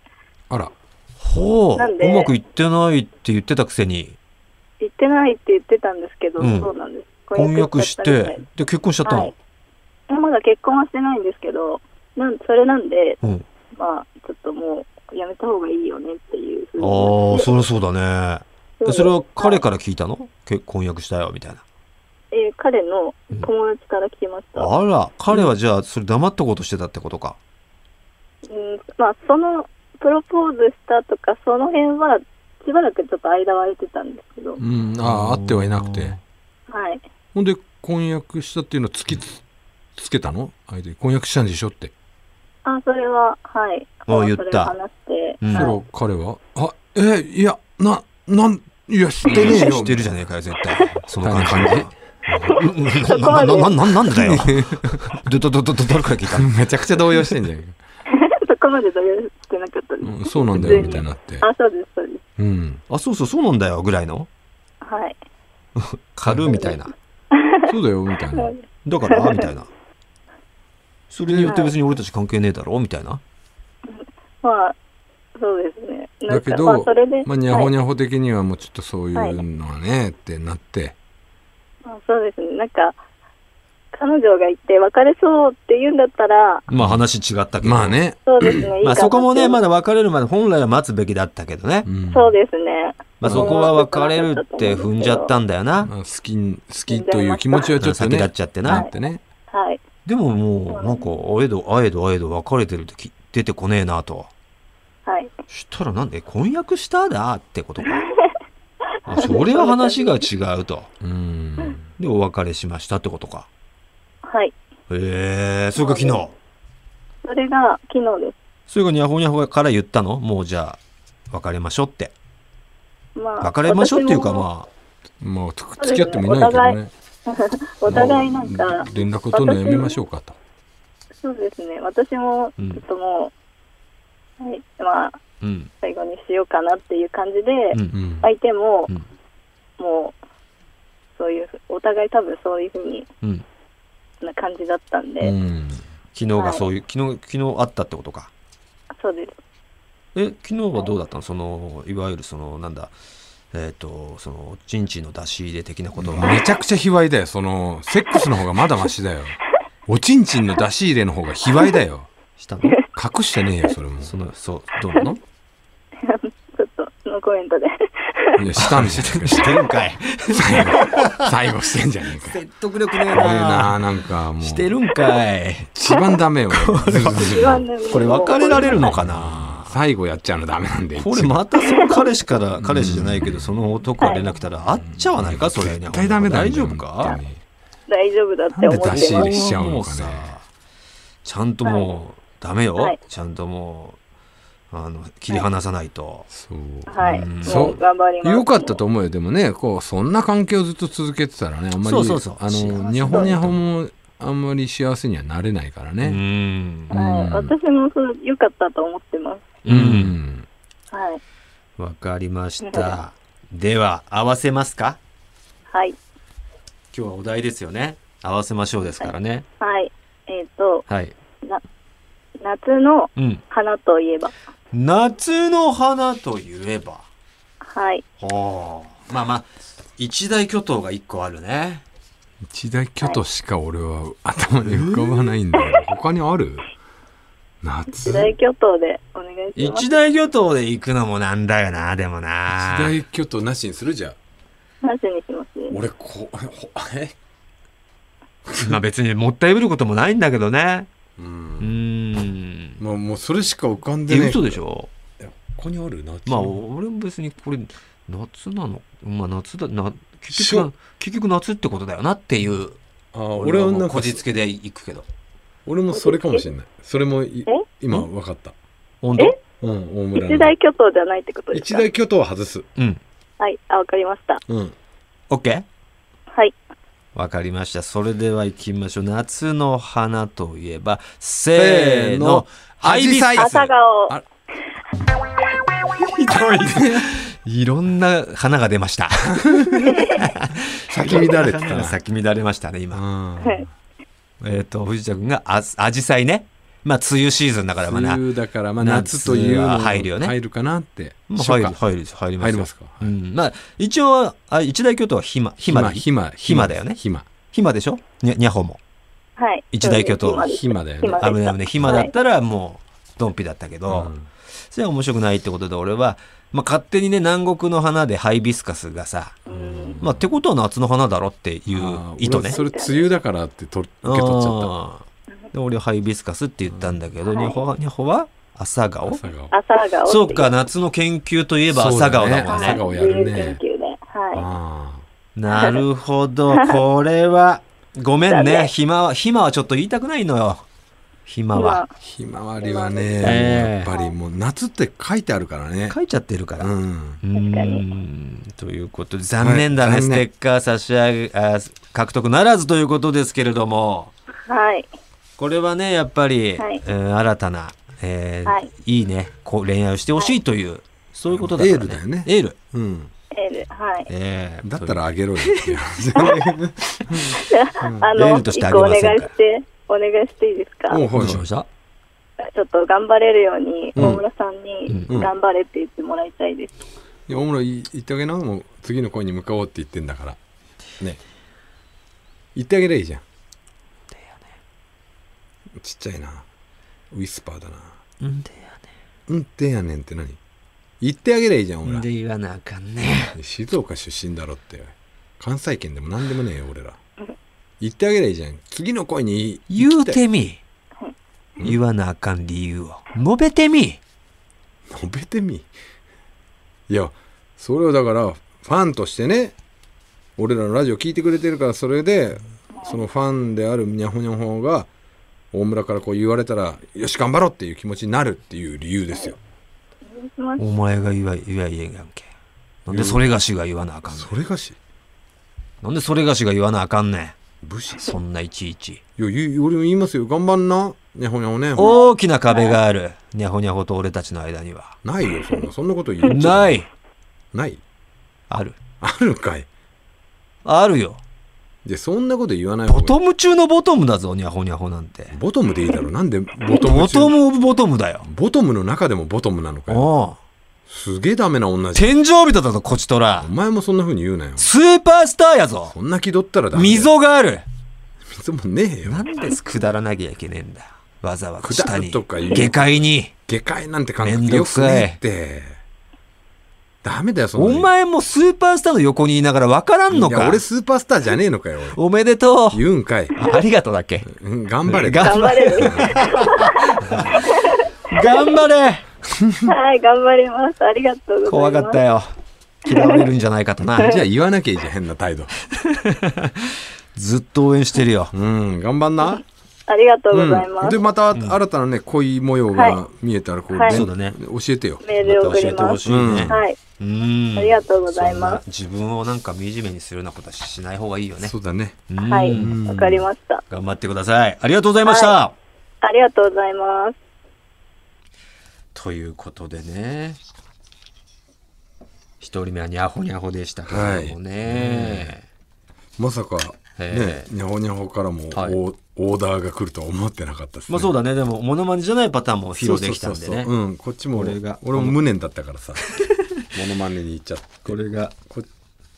S2: あら
S1: ほう
S3: なんで
S1: うまくいってないって言ってたくせに
S3: 行ってないって言ってたんですけど、
S1: うん
S3: そうなんです。
S1: 婚約し
S3: ちゃったみたい
S1: てで結婚しちゃったの、
S3: はいまだ結婚はしてないんですけど、なんそれなんで、
S1: うん
S3: まあ、ちょっともう、やめた方がいいよねっていうふう
S1: あ
S3: にな
S1: あ、
S3: って
S1: そりゃそうだね。
S3: うです
S1: それは彼から聞いたの結婚約したよ、みたいな。
S3: えー彼の友達から聞きました。
S1: あら、彼はじゃあ、それ黙っとこうとしてたってことか。
S3: うん、まあ、その、プロポーズしたとか、その辺は、しばらくちょっと間は空いてたんですけど、
S2: うんああ会ってはいなくて
S3: はい。
S2: ほんで婚約したっていうのを突きつつけたの相手に婚約したんでしょって
S3: あ、それは、はい。
S1: あ言った
S3: それを話して、
S1: うん
S2: そし
S3: はい
S2: たら
S3: (laughs)
S2: 彼は「あえいやななんいやしてねえよ」
S1: してるじゃねえかよ、絶対。その感じ
S2: 感
S1: は。な、な、な、ななんでだよ。ど、ど、ど、ど、誰から聞いたの
S2: (laughs) めちゃくちゃ動揺してんじゃん、
S3: そこまで動揺してなかったです。
S2: うん、そうなんだよみたいになって
S3: あ、そうです、そうです。
S2: うん
S1: あ、そうそう、そうなんだよ、ぐらいの。
S3: はい。
S1: 軽みたいな。
S2: そうだよみたいな
S1: だから、みたいな。それによって別に俺たち関係ねえだろ、みたいな。
S3: まあ、そうですね。なん
S2: だ
S3: か
S2: けど
S3: まあ、それで、
S2: まあにゃほ
S3: はい
S2: にゃほ的にはもうちょっとそういうのはねってなって
S3: まあそうですね。なんか、彼女がいて別れそうって言うんだったら、
S1: まあ話違ったけど。
S2: まあ。ね
S3: そうです
S1: (clears throat)
S3: ね。いいか
S1: ま
S3: な
S1: あそこもね、まだ別れるまで本来は待つべきだったけどね
S2: う。ん
S3: そうですね。
S1: まあそこは別れるって踏んじゃったんだよな。
S2: まあ好き好きという気持ちはちょっと
S1: 先
S2: ね
S1: 立っちゃってな、
S2: なってね
S3: はい。
S1: でももうなんかあえどあえどあえど別れてるってき出てこねえなと
S3: はい。
S1: したらなんで婚約しただって
S3: (laughs)
S1: ことかあそれは話が違うと
S2: うん
S1: でお別れしましたってことか
S3: はい。
S1: へえそれが昨日
S3: それが昨日で
S1: それがニャホニャホから言ったのもうじゃあ別れましょうって
S3: す。まあ、
S1: 別れましょうっていうか
S3: あ。
S1: ま
S2: まあつ付き合ってもいないけどね
S3: お互いなん
S2: も
S3: か
S2: う、連絡を取るのやめましょうかと
S3: そうですね。私も、
S1: うん
S3: ちょっともう、はい。まあ、
S1: あうん
S3: 最後にしようかなっていう感じで、
S1: うん
S2: うん
S3: 相手も、
S1: うん
S3: もう、そういうふう、お互い多分そういうふうに
S1: うん
S3: な感じだったんで、
S2: うん
S1: 昨日がそういう昨日昨日あったってことか
S3: そうです。
S1: え昨日はどうだったのそのいわゆるそのなんだえっ、とそのチンチンの出し入れ的なことは
S2: めちゃくちゃ卑猥だよ。その、セックスの方がまだマシ
S3: (laughs)
S2: だよ。おちんちんの出し入れの方が卑猥だよ。
S1: したの
S2: 隠してねえよ、それも。
S1: そのそうどうなの (laughs)
S3: ちょっとノーコメントで。
S2: いや、したんだよ。
S3: (laughs)
S1: してるんかい
S2: 最後、最後してんじゃねえか。
S1: 説得力ねえ
S2: これな、なんかもう。
S1: してるんかい
S2: 一番ダ
S1: (laughs)
S2: メよ。ズルズル
S1: これ別れられるのか
S3: な
S1: な
S2: 最後やっちゃうのダメなんで。
S1: これ
S2: 一番
S1: またその彼氏から彼氏じゃないけどその男が連絡来たら会っちゃわないかそれに
S2: 絶対ダメだよ
S1: 大丈夫か
S2: 本当に
S3: 大丈夫だって思っ
S2: な
S3: てま
S2: んで出し
S3: す
S2: 入。れしちゃう
S1: も
S2: の
S1: う
S2: かね
S1: さちゃんともうダメよ、
S3: はい
S1: ちゃんともうあの切り離さないと、
S2: そう。
S3: はい。
S1: うん
S2: そ
S3: も
S2: う
S3: う頑張ります。
S2: よかったと思うよでもねこうそんな関係をずっと続けてたらねあんまり
S1: そうそうそう
S2: あ
S1: 幸せ
S2: のにゃほにゃほもあんまり幸せにはなれないから
S1: う
S2: ね
S1: ん
S3: は
S2: う
S3: い。
S2: ん
S3: 私もそう良かったと思ってま
S1: う
S2: うんん、
S3: す。はい。
S1: わ、かりましたでは合わせますか
S3: はい。
S1: 今日はお題ですよね合わせましょうですからね
S3: はい。えっ、と、
S1: はい、
S3: 夏の
S1: うん、
S3: 花といえば。
S1: 夏の花といえば
S3: はい。
S1: はあまあまあ一大巨頭が一個あるね
S2: 一大巨頭しか俺は頭に浮かばないんだよ他にある夏
S3: 時代巨頭でお願いします
S1: 一。大巨頭で行くのもなんだよなでもな
S2: 一大巨頭なしにするじゃん
S3: なしにします。
S2: 俺こほえ
S1: まあ別にもったいぶることもないんだけどね。
S2: う
S1: うー
S2: ん
S1: ん。
S2: まあもうそれしか浮かん
S1: え、
S2: でない
S1: 嘘でしょ
S2: 他にある夏
S1: まあ俺も別にこれ、夏なの。まあ夏だ、な、結
S2: しょ
S1: 局、結局夏ってことだよなっていう。
S2: あ俺は
S1: もう
S2: なん
S1: こ
S2: か
S1: じつけで行くけど。
S2: 俺もそれかもしれないそれもい
S3: え
S2: 今分かった
S1: 本当
S2: うん大村の
S3: 一大巨頭じゃないってことです
S2: 一
S3: か
S2: 大巨頭は外す
S1: うん。
S3: はい。あ、わかりました。
S2: うん。
S1: OK?
S3: はい。
S1: わかりました。それでは行きましょう。夏の花といえば、せーの、アイビサイ
S2: アジ
S1: ス
S2: サ
S3: 朝。顔。
S2: あ
S1: (laughs) いろんな花が出ました。
S2: 咲き乱れてた
S1: (laughs)
S2: な。
S1: 咲き乱れましたね、今。
S3: はい
S1: えっ、と、藤田君があ、アジサイね。まあ、梅雨シーズンだから、まあ
S2: 梅
S1: な。
S2: 雨だから、まあ、夏というの
S1: 夏は
S2: も
S1: 入るよね
S2: 入るかなって。
S1: まあ、入る、
S2: 初夏
S1: 入る、入りますよ。
S2: 入りますか。
S1: うん。まあ、一応、あ一大巨頭はひま、ひまで。
S2: ひま、
S1: ひまだよね。
S2: ひま。
S1: ひまでしょにゃ、にゃほも。
S3: はい。
S1: 一大巨頭
S2: ひまだよね
S3: ひ
S1: 危ない
S3: までした
S1: 危ない。ひまだったら、もう、ドンピだったけ
S2: う
S1: ど、
S2: ん
S1: それは面白くないってことで、俺は、まあ、勝手にね、南国の花でハイビスカスがさ、
S3: うん
S1: まあ、ってことは夏の花だろっていう
S2: あー
S1: 意図ね
S2: 俺。それ、梅雨だからってと受け取っちゃっ
S1: うんで、俺はハイビスカスって言ったんだけど、
S3: うん
S1: にゃほは、にゃほは、朝
S2: た。
S1: 顔
S2: 朝顔。
S3: 朝顔。
S1: そうか、夏の研究といえば朝顔だもん
S2: そ
S1: ね
S2: うだね朝。顔やるね
S3: 自由研究で。は
S2: あ
S1: (laughs) なるほど。これは、ごめん
S3: だ
S1: ね。
S3: ね
S1: 暇は、暇はちょっと言いたくないのよ。暇
S3: い。
S1: は。
S2: あ。ひまわりはね、
S1: ええ
S2: やっぱりもう夏って書いてあるからね。
S1: 書いちゃってるから。
S2: う。
S1: うんー
S3: かに
S1: んということで、残念だね、
S2: はい
S1: ス
S2: 残念
S1: テッカー差し上げ、あ獲得ならずということですけれども、
S3: 今はい。
S1: これはね、やっぱり、
S3: はい
S1: うん新たな、えー
S3: はいい、
S1: いね、こう恋愛をしてほしいという、そういうことだから、ね。
S2: エールだよね
S1: エール。
S2: うん。
S3: エール。はい。
S1: えー
S2: だったらあげろよっていう。
S3: (laughs) あ
S1: レー
S3: の、
S1: ルとして
S3: 一
S1: あげ
S3: 個お
S1: ま
S3: 願い
S1: せんか
S3: して、お願いしていいですか
S2: もう
S1: ど
S2: ほ
S1: う
S2: い
S1: しました
S3: ちょっと頑張れるように、
S2: うん
S3: 大村さんに、
S2: うん
S3: 頑張れって言ってもらいたいです。
S2: いや、おもろい、言ってあげな。もう次の恋に向かおうって言ってんだから。ね。言ってあげりゃいいじゃん。ちっちゃいな。ウィスパーだな。
S1: うんで
S2: うんってやねんって何言ってあげりゃいいじゃん、
S1: やね
S2: 俺
S1: ん
S2: ら
S1: で。言わなあかんね。
S2: 静岡出身だろって。関西圏でも何でもねえよ、俺ら。言ってあげりゃいいじゃん。次の恋に
S1: 言
S2: 行
S1: う
S2: きたい。
S1: てみ。言わなあかん理由を。述べてみ。
S2: (laughs) 述べてみ。いや、それをだから、ファンとしてね、俺らのラジオ聞いてくれてるから、それで、そのファンであるにゃほにゃほが、大村からこう言われたら、よし、頑張ろうっていう気持ちになるっていう理由ですよ。
S1: お前が言わ、言わ言えんやんけ。なんでそれがしが言わなあかんねん。
S2: それがし、
S1: なんでそれがしが言わなあかんねん。
S2: 武士。い
S1: そんないちいち。
S2: や、ゆ俺も言いますよ。頑張んな。にゃほにゃほね。
S1: 大きな壁がある。にゃほにゃほと俺たちの間には。
S2: ないよ、そんな。そんなこと言っちゃ
S1: ない。
S2: ない。
S1: ある。
S2: あるんかい。
S1: あるよ。
S2: でそんなこと言わない方が
S1: ボトム中のボトムだぞ、ニャホニャホなんて。
S2: ボトムでいいだろなんでボトム
S1: ボ
S2: 中
S1: トムオブボトムだよ。
S2: ボトムの中でもボトムなのかよ
S1: おう
S2: すげえダメな女じゃ
S1: 天
S2: ん
S1: 井人だぞ、こちとら
S2: お。前もそんな風に言うなよ
S1: スーパースターやぞ。
S2: こんな気取ったらダメだよ
S1: 溝がある。
S2: 溝もねえよ
S1: なんで下らなきゃいけねえんだ。わざわざ
S2: 下
S1: 下
S2: る
S1: に。
S2: とか言う
S1: 下界に。
S2: 下界なんて感
S1: めん
S2: 覚
S1: ど
S2: よ
S1: く
S2: く
S1: さい
S2: ねえってダメだよそんな
S1: お
S2: の
S1: 前もスーパースターの横にいながらわからんの
S2: いや
S1: か。
S2: 俺スーパースターじゃねえのかよ
S1: おめでとう
S2: 俺。言うんかい
S1: ありがとうだっけ。
S2: うん頑張れ
S1: 頑
S3: 頑張
S1: 張
S3: れ
S1: れ。
S3: る。
S1: 頑張れ。
S3: はい、頑張ります。ありがとうござ
S1: 怖
S3: います。
S1: かったよ。嫌われるんじゃないかとな。
S2: じゃあ言わなきゃいいじゃん変な態度
S1: ずっと応援してるよ。
S2: うん頑張んな
S3: ありがとうございます。
S2: でまた新たなね恋模様が見えたらこう
S3: はい
S2: ね
S1: そうだね
S2: 教えてよ
S3: メールを送ります。
S1: いね
S3: はい、
S1: うん。
S3: ありがとうございま
S1: そ
S3: す
S1: んな自分をなんか惨めにするようなことはしない方がいいよね。
S2: そうだね
S1: うん
S3: はい、わかりました。
S1: 頑張ってください。ありがとうございました。
S3: ありがとうございます。
S1: ということでね。一人目はニャホニャホでしたけどもね。
S2: まさかね
S1: え
S2: にゃほにゃほからも
S1: はい
S2: オーオーダーが来るとは思ってなかったですね
S1: まあそうだね。でも、モノマネじゃないパターンも披露できたんで
S2: そうそう
S1: ね
S2: そう。うんこっちも俺
S1: 俺
S2: が
S1: が
S2: 俺も無念だったからさモノマネに行っちゃって
S1: これが、
S2: こ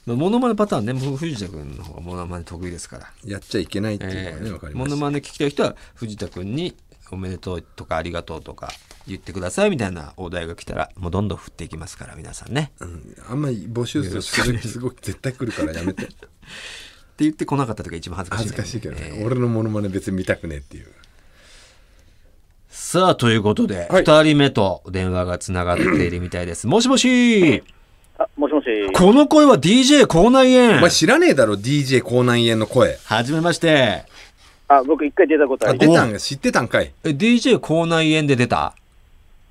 S1: まあ、モノマネパターンね、もう藤田君の方がモノマネ得意ですから。
S2: やっちゃいけないっていうのはねわかりま
S1: モ
S2: す
S1: ノマネ聞きたい人は藤田君に「おめでとう」とか「ありがとう」とか言ってくださいみたいなお題が来たらもうどんどん振っていきますから皆さんね。っ
S2: うんあんまり募集数するすごい絶対来るからやめて
S1: て言ってこなかった時が一番恥ずかしい
S2: 恥
S1: ね、
S2: ずかしいけどね、
S1: えー
S2: 俺のモノマネ別に見たくねえっていう
S1: さあということで、
S2: はい
S1: 2人目と電話がつながっているみたい
S2: (clears throat)
S1: です。もしもし
S5: あ、もしもし。
S1: この声は DJ 口内
S2: お
S1: 炎
S2: 前知らねえだろ DJ 江南園の声
S1: はじめまして。
S5: あ、僕一回出たことあ
S2: あ
S5: り
S2: 出たんが知ってたんかい
S1: え DJ 口内炎で出た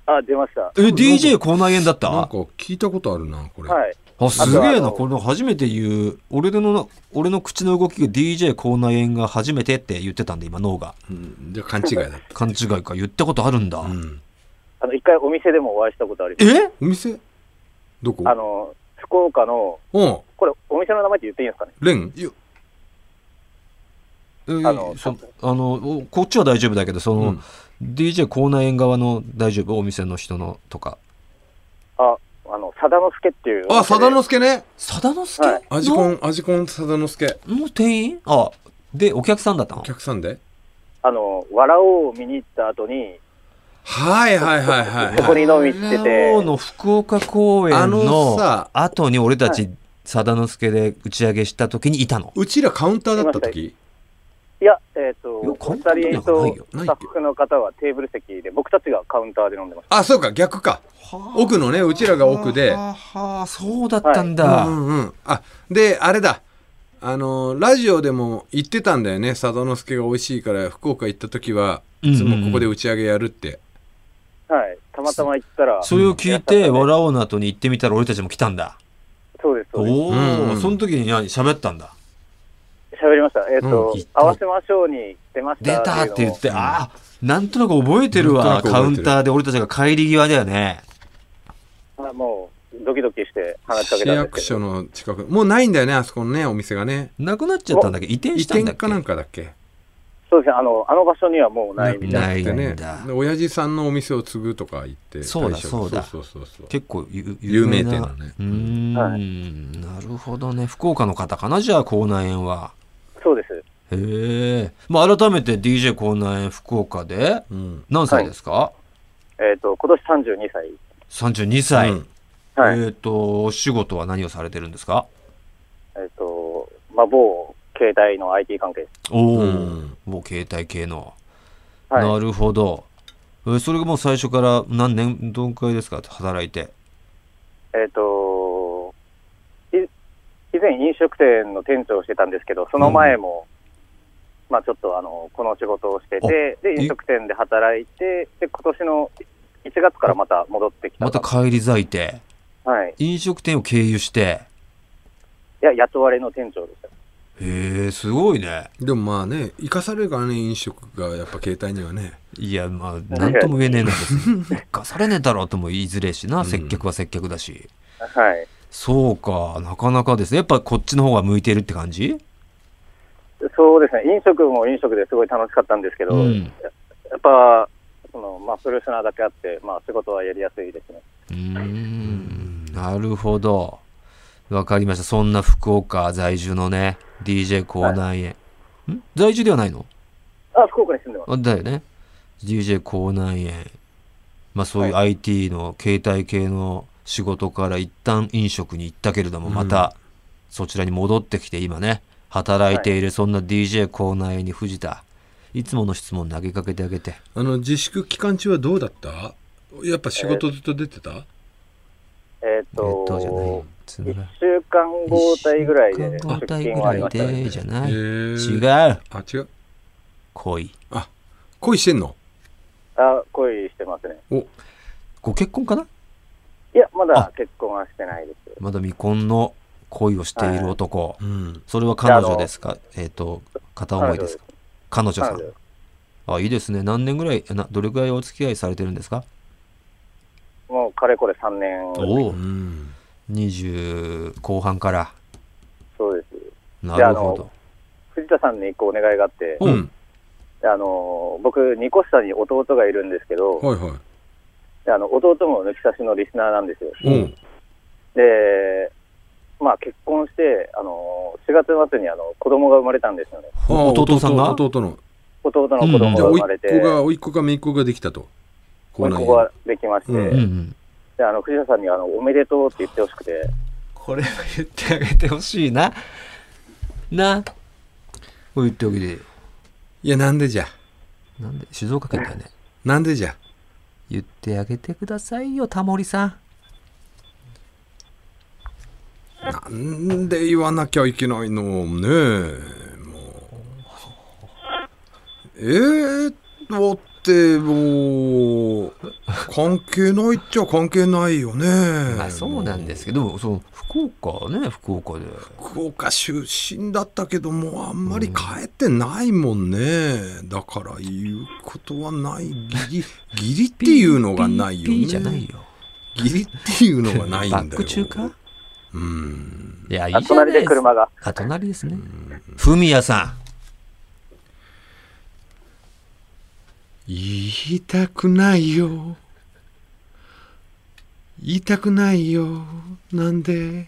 S5: あ、出ました。
S1: え DJ 口内炎だっ
S2: なん
S1: た
S2: か聞いたことあるなこれ、
S5: はい。
S1: あすげ
S5: あ
S1: え
S5: と
S1: な
S5: あの
S1: これ初めて言う俺の俺の口の動きが DJ 口内炎が初めてって言ってたんで今脳が
S2: うんじゃあ勘違いだった、
S1: 勘違いか言ったことあるんだ、
S2: うん、
S5: あの、一回お店でもお会いしたことあります。
S1: え
S2: お店どこ
S5: あの、福岡の、
S2: うん
S5: これ、お店の名前って言っていいんですかね
S2: レン
S1: え
S5: あの
S1: そあのおこっちは大丈夫だけどその、
S2: うん
S1: DJ 口内炎側の大丈夫お店の人のとか
S5: あ、あの、佐田之助っていう。
S2: あ佐田之助ね
S1: 佐田之助、
S5: はい
S2: アジコンアジコン佐田之助
S1: のの店員あでお客さんだったの
S2: お客さんで
S5: あの、わらおを見に行った後に、
S2: はいはいはいはい、
S5: そこ
S2: はい、
S5: に飲み行って
S1: 今日
S5: て、
S1: の福岡公演
S2: あの
S1: の
S2: さ
S1: 後に俺たち、佐田之助で打ち上げした時にいたの
S2: うちらカウンターだった時
S5: いや、えっ、と、
S1: いや
S5: お
S1: 簡単
S5: 二
S1: な
S5: 人
S1: ことは
S5: と
S1: ないよ
S5: スタッフの方はテーブル席で、僕たちがカウンターで飲んでまし
S2: あそうか逆か奥のねうちらが奥で
S1: はあはあそうだったんだ、
S2: うんうんうん、あであれだあのーラジオでも言ってたんだよね佐渡之助が美味しいから福岡行った時は
S1: うん
S2: い
S1: うんう
S2: つ
S1: ん
S2: もここで打ち上げやるって、
S5: た。はい。たまたま行ったら、
S1: それを聞いて、わらおなとに行ってみたら俺たちも来たんだ。
S5: そうです、そうです。
S1: おお、
S2: うんうん
S1: その時に何喋ったんだ。
S5: 喋りました。えっ、と、
S1: うん行った
S5: 合わせましょうに出ました
S1: 出
S5: いうの
S1: た
S5: を
S1: って言って、ああ、なんとなく覚えてる
S2: な
S1: わ。
S2: んと
S1: カ
S2: なく
S1: ウ
S2: 覚えてる
S1: ンターで俺たちが帰り際だよね。
S5: あもう、ドキドキして話しかけ
S2: 市
S5: たんですけど。
S2: 役所の近くもうないんだよねあそこのねお店がね
S1: なくなっちゃったんだけど、移転
S2: 移
S1: したん
S2: 転
S1: だっけ
S2: かなんかだっけ
S5: そうですね、あの、あの場所にはもうないみたいな。
S1: ないんだ
S2: なくてねで親父さんのお店を継ぐとか言って
S1: そうだ
S2: 大将
S1: そうだ
S2: そうそうそうそう
S1: 結構有
S2: 有名
S1: な
S2: 店だね
S1: うーん、
S5: は
S1: なるほどね。福岡の方かな、じゃあ、口内炎は。
S5: そうです。
S1: へえ。まあ、改めて DJ 口内炎福岡で、
S2: うん
S1: 何歳ですか、
S5: えっ、と、今年32歳。
S1: ?32 歳。
S2: うん
S5: はい。
S1: えっ、と、お仕事は何をされてるんですか
S5: えっ、と、まあ、某携帯の IT 関係です。
S1: おお、
S2: うん
S1: もう携帯系の。
S5: はい。
S1: なるほど。えーそれがもう最初から何年、どんくらいですか働いて。
S5: えっ、と、い以前飲食店の店長をしてたんですけど、その前も、まあ、ちょっとあの、この仕事をしてて、で、
S1: え
S5: 飲食店で働いて、で、今年の1月からまた戻ってきた。
S1: また帰り咲いて、
S5: はい。
S1: 飲食店を経由して。
S5: いや、雇われの店長でした。
S1: へえ、すごいね。
S2: でもまあね生かされるからね飲食がやっぱ携帯にはね
S1: いや、まあ、なんとも言えねえな、別に。生かされねえだろうとも言いづれえしな、
S2: ん
S1: 接客は接客だし。
S5: はい。
S1: そうか、なかなかですね。やっぱこっちの方が向いてるって感じ
S5: そうですね、飲食も飲食ですごい楽しかったんですけど、
S1: うん
S5: やっぱ、そのまあ、プロフェッショナルだけあって、まあ、仕事はやりやすいですね。
S1: うーんなるほど。わかりました。そんな福岡在住のね、DJ コーナーへ。ん在住ではないの
S5: あ、福岡に住んでます。
S1: あだよね。DJ 口内炎。まあそういう IT の携帯系の仕事から一旦飲食に行ったけれども、またそちらに戻ってきて今ね、働いているそんな DJ 口内炎に藤田、いつもの質問投げかけてあげて。
S2: あの自粛期間中はどうだったやっぱ仕事ずっと出てた、
S5: えっ、
S1: えっと、じゃない
S5: と、。
S1: つ
S5: 一
S1: なが
S5: 週間交代ぐらいで出
S1: 一週間交代
S5: 勤
S1: ぐ
S5: はあり
S1: らい
S5: ましたね。
S1: で、じゃない。
S2: へー
S1: 違う。
S2: あ違う
S1: 恋。
S2: あ恋してんの
S5: あ、恋してますね。
S1: ご結婚かない
S5: や、ま
S1: あ
S5: だ結婚はしてないです。
S1: まだ未婚の恋をしている男。
S2: うん
S1: それは彼女ですかえっ、と、片思いですか彼女
S5: な
S1: さ
S5: ので
S1: ん。あ、いいですね。何年ぐらい、などれぐらいお付き合いされてるんですか
S5: もうかれこれ3年、
S1: お
S2: う
S1: お、
S2: ん
S1: 20後半から。
S5: そうです。
S1: なるほど。
S5: 藤田さんに一個お願いがあって、
S1: お
S2: うん
S5: あの僕、2個下に弟がいるんですけど、
S2: はいはい
S5: あの弟も抜き差しのリスナーなんですよ。
S2: うん
S5: で、まあ、結婚して、あの4月末にあの子供が生まれたんですよね。
S1: お
S2: あ
S1: 弟さんが
S2: 弟の
S5: 弟の子
S1: うん
S5: 供
S2: じゃ
S5: が
S2: あ甥
S5: 生
S2: っ
S5: まれて、
S2: 子が甥っ子が姪っ子ができたと
S5: もう
S2: こ
S5: 一
S2: うなん
S5: 個
S2: や
S5: ができまして、
S2: うん
S1: うんうん。
S5: であの藤田さんにあのおめでとうって言ってほしくて、
S1: これは言ってあげてほしいな。な。これ言っておきで。
S2: いやなんでじゃ
S1: なんで、静岡県だよね。
S2: なんでじゃ
S1: 言ってあげてくださいよ、タモリさん。
S2: なんで言わなきゃいけないのねえもうえー、だってもう関係ないっちゃ関係ないよね
S1: まあそうなんですけど、でもその、福岡ね、福岡で。
S2: 福岡出身だったけどもあんまり帰ってないもんね、だから言うことはない
S1: (laughs)
S2: ギリギリっていうのがないよね
S1: ピーじゃないよ。
S2: ギリっていうのがないんだ
S1: バ
S2: よ
S1: ック中か
S2: うん
S1: いや、いい
S5: あ
S1: じゃな
S5: 隣
S1: いで
S5: です車が、
S1: あ、隣ですね。ふみやさ
S2: 言いたくないよ言いたくないよなんで
S1: ん。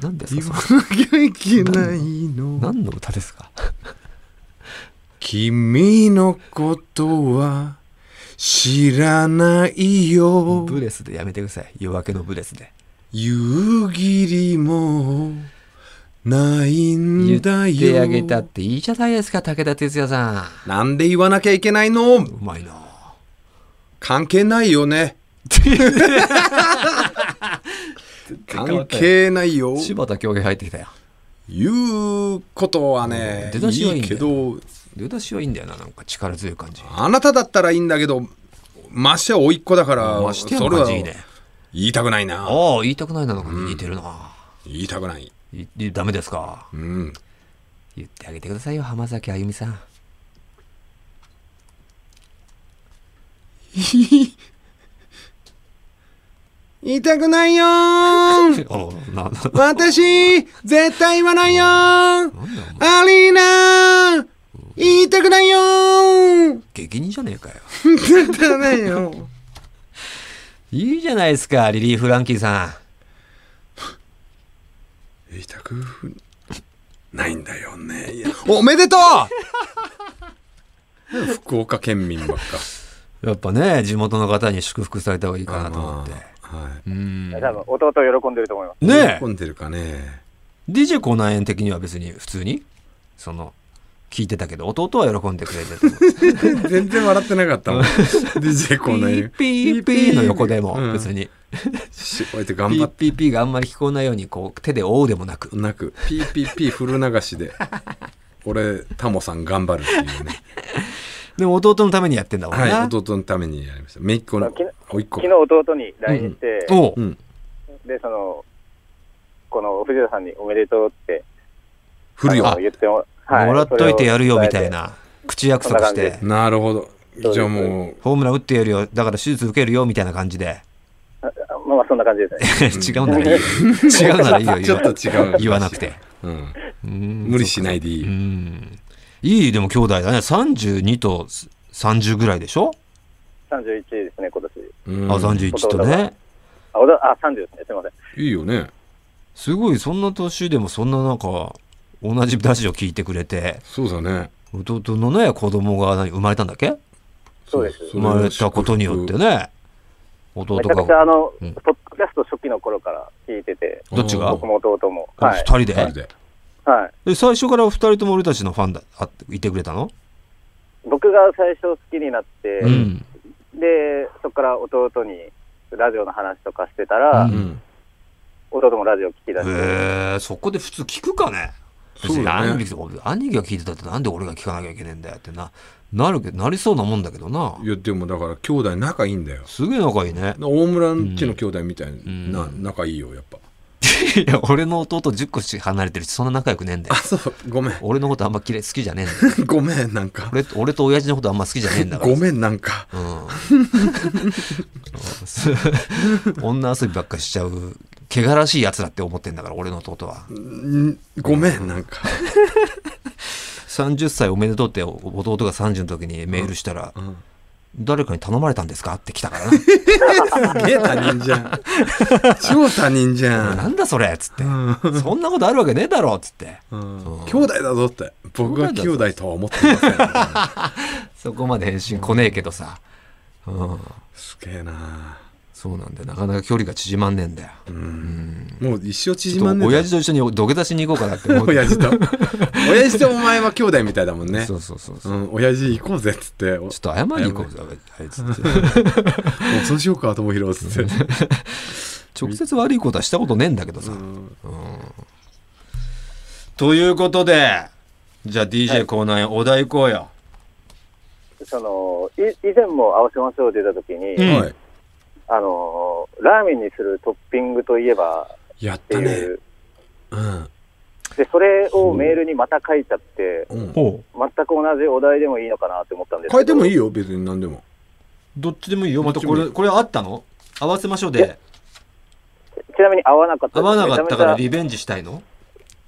S1: 何です
S2: 言
S1: かそ
S2: わ
S1: れ
S2: なきゃいけないの
S1: 何の歌ですか
S2: 君のことは知らないよ
S1: ブレスでやめてください。夜明けのブレスで。
S2: 夕霧もない
S1: 言
S2: んだよ
S1: ってあげたっていいじゃないですか、武田鉄矢さ
S2: なんで言わなきゃいけないの
S1: ん。うまいな
S2: 関係ないよね関係ないよ
S1: 柴田恭平入ってきたよ。
S2: 言うことはね、
S1: 出だしはい
S2: い
S1: いん
S2: い
S1: だよ
S2: けど、
S1: 出だしはいいんだよな、なんか力強い感じ。
S2: あなただったらいいんだけど、ましては甥っ子だから、
S1: ましてやの
S2: それ
S1: 感じ
S2: は
S1: いい
S2: 言
S1: ね。
S2: いたくないな。
S1: ああ、言いたくないなのか似てるな。
S2: 言いたくない。
S1: いいダメですか。
S2: うん。
S1: 言ってあげてくださいよ、浜崎あゆみさ
S2: (laughs)
S1: ん。
S2: 言いたくない (laughs) よー
S1: おうな、な、
S2: 私、絶対言わないよー
S1: なんだお前
S2: アリーナー言いたくないよー
S1: 激似じゃねえかよ。
S2: 絶対ないよ。
S1: いいじゃないですか、リリー・フランキーさん。
S2: 言いたくないんだよね。いやおめでとう (laughs) 福岡県民ばっか。
S1: やっぱね、地元の方に祝福された方がいいかなと思って。
S2: は
S1: うん。ね
S5: 多分弟喜んでると思います。
S2: い。
S1: え
S2: 喜、んでるかね。
S1: DJ コナン園的には別に普通に、その、聞いてたけど、弟は喜んでくれて
S2: (laughs)
S1: た。
S2: 全然笑ってなかったもん。DJ コーナーに。
S1: ピーピーの横でも
S2: うん
S1: 別に、
S2: しこうやって
S1: ピ
S2: 頑張
S1: ー
S2: っ
S1: ピーピーがあんまり聞こえないように、こう、手で覆うでもなく
S2: て、なく、ピーピーピーフル流し
S1: (laughs)
S2: で。俺、タモさん頑張るっていうね。
S1: でも弟のためにやってんだもんな。
S2: はい、弟のためにやりました。めいっ子の
S5: 昨日、
S2: おいっ子
S5: 昨。日弟に LINE して、
S1: おう
S2: うん。
S5: で、その、この藤田さんにおめでとうって、
S2: 振る
S5: あ
S2: よ
S5: の。言っても、
S1: もらっといてやるよみたい。
S5: それを伝えて
S1: な、口約束し
S5: そんな
S1: て
S5: 感、
S2: なるほ
S5: そ
S2: ど。
S5: う
S2: じゃあもう、
S1: ホームラン打ってやるよ、だから手術受けるよみたいな感じで。
S5: あまあまあ、そんな感じです
S1: (laughs) 違
S5: ね。
S1: うならい
S2: (laughs)
S1: いよ。違うならいいよ、言わ
S2: ちょっと違う
S1: 言わなくて。
S2: うん、
S1: うん
S2: 無理しないでいいよ。
S1: うんいい、でも兄弟だね。32と30ぐらいでしょ、
S5: 31ですね、今年。
S1: あ、31とね。
S5: あ、おだあ30ですね、すみません。
S2: いいよね。
S1: すごい、そんな年でもそんななんか、同じラジオ聞いてくれて、
S2: そうだね。
S1: 弟のね、子供が何生まれたんだっけ
S5: そうです。
S2: そ
S1: 生
S2: れは
S1: まれたことによってね、弟
S5: めちゃくち
S1: が、
S5: ゃ、あの、
S1: うん
S5: ポッドキャスト初期の頃から聞いてて、
S1: どっちが
S5: 僕も弟も。は
S1: 2
S5: い。
S1: 人で,、
S2: 二人で。
S5: はい。
S1: で最初から2人とも俺たちのファンだ、あいてくれたの
S5: 僕が最初好きになって、
S1: うん。
S5: で、そこから弟にラジオの話とかしてたら、
S1: うん
S2: うん。
S5: 弟もラジオ聞き出
S1: へ
S5: して、
S1: え、そこで普通聞くかね別
S2: そう
S1: に
S2: だ
S1: 兄
S2: ね。
S1: 貴俺兄貴が聞いてたってなんで俺が聞かなきゃいけねえんだよってな、なるけど、なりそうなもんだけどな。
S2: いや、でもだから兄弟仲いいんだよ。
S1: すげえ仲いいね。
S2: 大村んちの兄弟みたい
S1: ん
S2: な、
S1: うん
S2: 仲いいよ、やっぱ。
S1: (laughs) いや、俺の弟10個し離れてるし、そんな仲良くねえんだよ
S2: あ、。そう、ごめん。
S1: 俺のことあんま嫌い好きじゃねえんだよ。
S2: ごめん、なんか。
S1: 俺俺と親父のことあんま好きじゃねえんだから。
S2: ごめん、なんか。
S1: うん女遊びばっかしちゃう汚らしいやつだって思ってんだから俺の弟は
S2: んごめん、なんか。
S1: 30歳おめでとうって弟が30の時にメールしたら、
S2: ん
S1: 誰かに頼まれたんですかって来たから
S2: すげえ他人じゃん。超他人じ
S1: な
S2: ゃ。
S1: なんんだそれっつってそんなことあるわけねえだろっつって
S2: うん
S1: うん
S2: 兄弟だぞって。僕が兄弟とは思ってません。
S1: そこまで返信来ねえけどさ、うん、
S2: すげえな
S1: そうなんだよなかなか距離が縮まんねえんだよ
S2: もう一生
S1: ち
S2: 縮
S1: ょ
S2: ま
S1: っ
S2: ん
S1: と
S2: ねえ
S1: 親父と一緒に土下座しに行こうかなって思って
S2: (laughs) 親父と。親父とお前は兄弟みたいだもんね、
S1: そ。うそうそうそううん
S2: 親父行こうぜっつって、お
S1: ちょっと謝りに行こうぜあいつって (laughs)
S2: おそうしようか、友弘っつって。
S1: 直接悪いことはしたことねえんだけどさ、
S2: うん
S1: ということでじゃあ DJ コーナーへお題行こうよ、
S5: その、い以前も合わせましょう出た時に、
S1: うん
S2: はい。
S5: あの、ラーメンにするトッピングといえば
S2: やっ
S5: って
S2: たね
S5: い。う、
S2: うん。
S5: で、それをメールにまた書いちゃって、
S2: うん
S1: ほう
S5: 全く同じお題でもいいのかなって思ったんですけど。
S2: 変えてもいい
S5: い
S2: よ、別に何でも。
S1: どっちでもいいよまたこ
S2: どっちでも
S1: れこれあったの合わせましょうで
S5: ちなみに合わなかった
S1: 合
S5: で
S1: わ
S5: す
S1: なかったから
S5: めちゃめち
S1: リベンジしたいの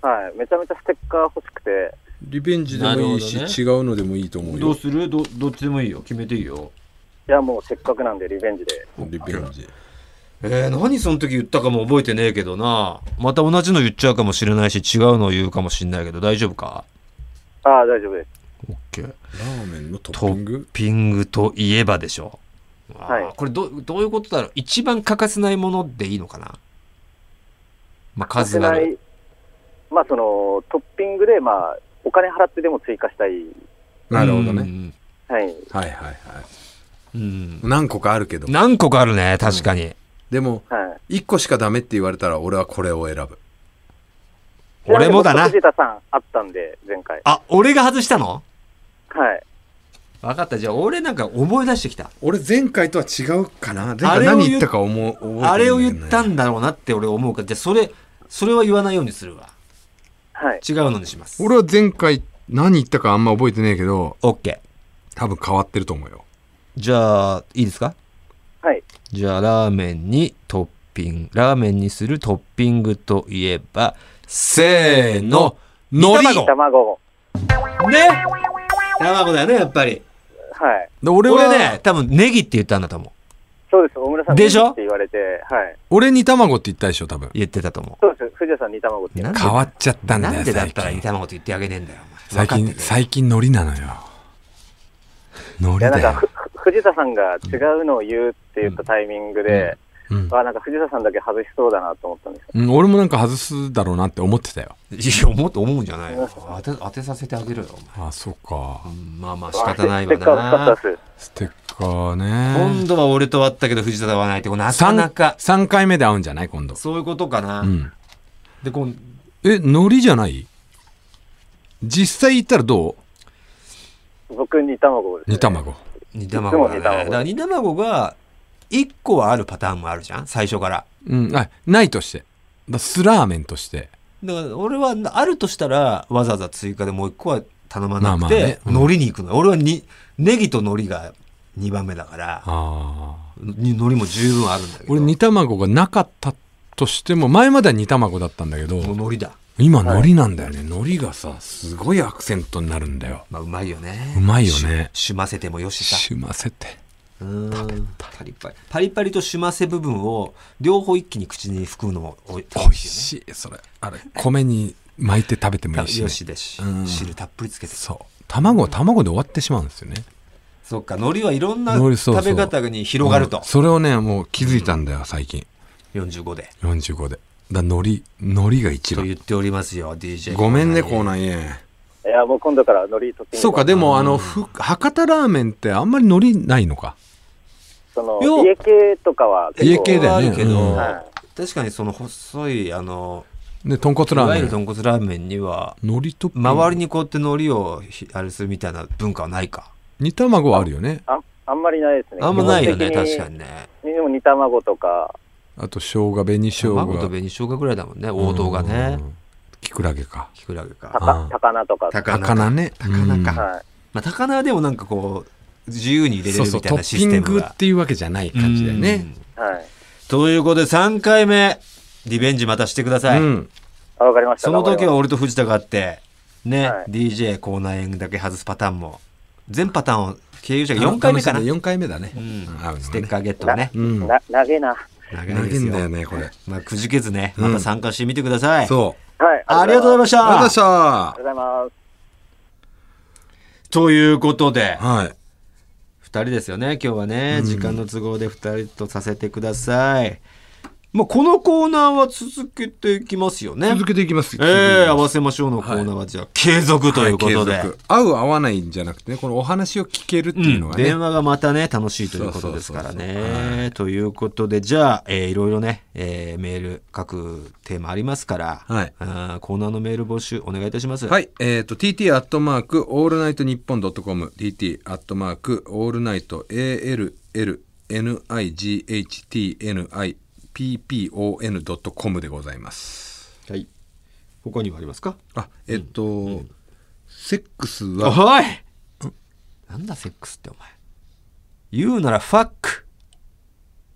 S5: ゃはい。めちゃめちゃステッカー欲しくて、
S2: リベンジでもいいし、
S1: なるほどね
S2: 違うのでもいいと思う
S1: どう
S2: よ。
S1: するどどっちでもいいよ決めていいよ
S5: いや、もうせっかくなんでリベンジで。
S2: リベンジ。
S1: えー、何その時言ったかも覚えてねえけどなまた同じの言っちゃうかもしれないし違うの言うかもしれないけど大丈夫か
S5: ああ、大丈夫です。
S1: OK
S2: ラーメンのトッ
S1: ト
S2: ピン
S1: ッ
S2: グ
S1: ピングといえばでしょあー
S5: はい
S1: これどどういうことだろう一番欠かせないものでいいのかな、まあ、数がある。
S5: まあ、その、トッピングで、まあ、お金払ってでも追加したい。
S2: なるほどね。
S5: はい。
S2: はいはいはい。
S1: うん、うん
S2: 何個かあるけど。
S1: 何個かあるね確かに、
S2: でも、
S5: はい。
S2: 1個しかダメって言われたら俺はこれを選ぶ。
S1: 俺もだな
S5: 藤田さんあったんで、前回。
S1: あ俺が外したの
S5: はい。
S1: 分かったじゃあ俺なんか思い出してきた
S2: 俺前回とは違うかな前
S1: あ
S2: 回
S1: れを言っ
S2: 何言ったか思う覚えてないんだよね。
S1: あれを言ったんだろうなって俺思うからじゃあそれそれは言わないようにするわ
S5: はい。
S1: 違うのにします
S2: 俺は前回何言ったかあんま覚えてねえけど、
S1: OK
S2: 多分変わってると思うよ。
S1: じゃあいいですか
S5: はい。
S1: じゃあラーメンにトッピングラーメンにするトッピングといえばせーののり
S2: 煮
S5: 卵。
S1: ね卵だよねやっぱり
S5: はい。
S2: で俺
S1: 俺
S2: は
S1: ね多分ネギって言ったんだと思う
S5: そうです。大村さん。
S1: でしょ
S5: って言われて、はい。
S2: 俺に卵って言ったでしょ、多分。
S1: 言ってたと思
S5: そうです。藤田さん、煮卵って
S1: う
S5: 言
S1: な
S5: うん
S1: で
S2: 変わっちゃったんだよ、
S1: なんでだったら
S2: 最
S1: 煮
S2: 近。
S1: 卵と言ってあげねえんだよお前
S2: 最近、最近海苔なのよ。海
S5: い
S2: 苔
S5: や、なん
S2: だ
S5: か、
S2: よ
S5: ふ。ふ藤田さんが違うのを言うって言ったタイミングで、
S2: うん
S5: あ、なんか藤田さんだけ外しそうだなと思ったんですよ。
S2: うん、俺もなんか外すだろうなって思ってたよ。
S1: いや思うと思うんじゃ
S2: (laughs)
S1: ないよ当て当てさせてあげろよお前
S2: あ、そうか。
S1: うんまあまあ仕方ないわ
S5: ステッカー使った
S1: な
S5: っす。
S2: ステッカー
S1: 今
S2: ね。
S1: 度は俺と会ったけど藤田とはないってこうなか
S2: 三
S1: なか
S2: 3回目で会うんじゃない今度。
S1: そういうことかな、
S2: うん。
S1: でこう
S2: え、海苔じゃない実際行ったらど
S5: 僕、煮卵です、
S2: う
S5: ね。
S2: 煮。卵。
S1: 煮卵だ,、ね、
S5: いつも煮卵
S1: だから煮卵が1個はあるパターンもあるじゃん最初から
S2: うん、あ、ないとして。だスラーメンとして。
S1: だから俺はあるとしたらわざわざ追加でもう1個は頼まな
S2: ま
S1: く
S2: あまあ
S1: て
S2: ねうん
S1: 海苔に行くの俺はにネギと海苔が2番目だから
S2: ああ。
S1: に海苔も十分あるんだけど
S2: 俺煮卵がなかったとしても前までは煮卵だったんだけど
S1: もう海苔だ
S2: 今海苔なんだよね海苔がさすごいアクセントになるんだよ
S1: まあ、うまいよね。
S2: うまいよね
S1: し。しませてもよしさ。
S2: しませて
S1: うんパリパリ。パリパリとしませ部分を、両方一気に口に含むのもおい
S2: 美味
S1: し
S2: しいよそれあれ米に巻いて食べて
S1: い
S2: も
S1: よ
S2: いい
S1: ね。
S2: し、
S1: よ
S2: ね、
S1: しだし
S2: うん、
S1: 汁たっぷりつけて。
S2: そう卵卵で終わってしまうんですよね
S1: そっか、海苔はいろんな
S2: 海苔そうそ
S1: 食
S2: う
S1: べ方に広がる
S2: う
S1: と
S2: ん。それをねもう気づいたんだよ最近
S1: 45で。
S2: 45でだ海苔海苔が一
S1: と
S2: 番
S1: 言っておりますよ、DJ。
S2: ごめんねコーナーえ
S5: いや、もう今度から海苔取ってみ
S2: そうかでもあのふ博多ラーメンってあんまり海苔ないのか
S5: その
S1: よ
S5: 家系とかは結構
S2: 家系だよ
S1: はあ
S2: ね
S1: るけど、
S2: うん
S5: は
S1: 確かにその細い、あの、
S2: ね豚骨
S1: い
S2: ラ
S1: わ
S2: ー
S1: ゆる
S2: メン
S1: 豚骨ラーメンには、
S2: 海苔と
S1: 周りにこうやって海苔をひあれするみたいな文化はないか。
S2: 煮卵はあるよね
S5: ああんまりないですね。
S1: あんまないよね、
S5: 基本的
S1: 確かにね。
S5: でも煮卵とか、
S2: あと生姜紅生姜
S1: 卵と紅生姜ぐらいだもんね、王道がね
S2: う。んきくらげか
S1: キクラゲか。
S2: あ
S5: 高高菜とか。
S1: 高
S2: 高菜ね
S1: 高菜か
S2: うん
S5: は
S1: まあ、高菜でもなんかこう、自由に入れ
S2: そ
S1: れ
S2: う
S1: る
S2: そう
S1: みた
S2: ト
S1: いな
S2: ッ
S1: シ
S2: ピ
S1: ス
S2: ン
S1: テ
S2: グ
S1: ム
S2: っ
S1: が。
S2: ていうわけじゃない感じだよね
S5: い。はい。
S1: ということで3回目、リベンジまたしてくだ
S2: う
S1: さい。
S2: ん
S5: あ、わかりました。
S1: その時は
S5: 頑張り
S1: 俺と藤田があって、ね、
S5: はい
S1: DJ 口内炎だけ外すパターンも、全パターンを経由者が4回目かな。
S2: 4回目だね
S1: うん
S2: うん合うのね
S1: ステッカーゲットがね。
S2: うん
S5: ますな、投げな。
S1: 長
S2: 投
S1: いで
S2: げ
S1: す
S2: ん
S1: よ
S2: だよ。ねこれ
S1: まあ、くじけずね、
S2: うん
S1: また参加してみてください。
S2: そう
S5: はい。
S1: ありがとうございま
S5: し
S1: した。
S2: ありがとうござ
S5: あ
S2: い
S5: りがとうございます。
S1: ということで
S2: まし、たはい
S1: 2人ですよね、今日はね。時間の都合で2人とさせてください。まあ、このコーナーは続けていきますよね。
S2: 続けていきます
S1: ええ合わせましょうのコーナーはじゃあ、継続ということで。
S2: はい継続合う合わないんじゃなくてねこのお話を聞けるっていうの
S1: うん
S2: がね、
S1: 電話がまたね、楽しいということですから
S2: そうそうそうそう
S1: ね。ということで、じゃあ、えーいろいろね、えーメール、各テーマありますから、
S2: はい
S1: あーコーナーのメール募集お願いいたします。
S2: はい、えっ、と、tt アットマークオールナイトニッポンドットコム、tt アットマークオールナイト allnighttnippon ドットコムでございます。
S1: はい。他にもありますか
S2: あ、えっ、と、セックスは、
S1: おいなんだセックスってお前。言うならファック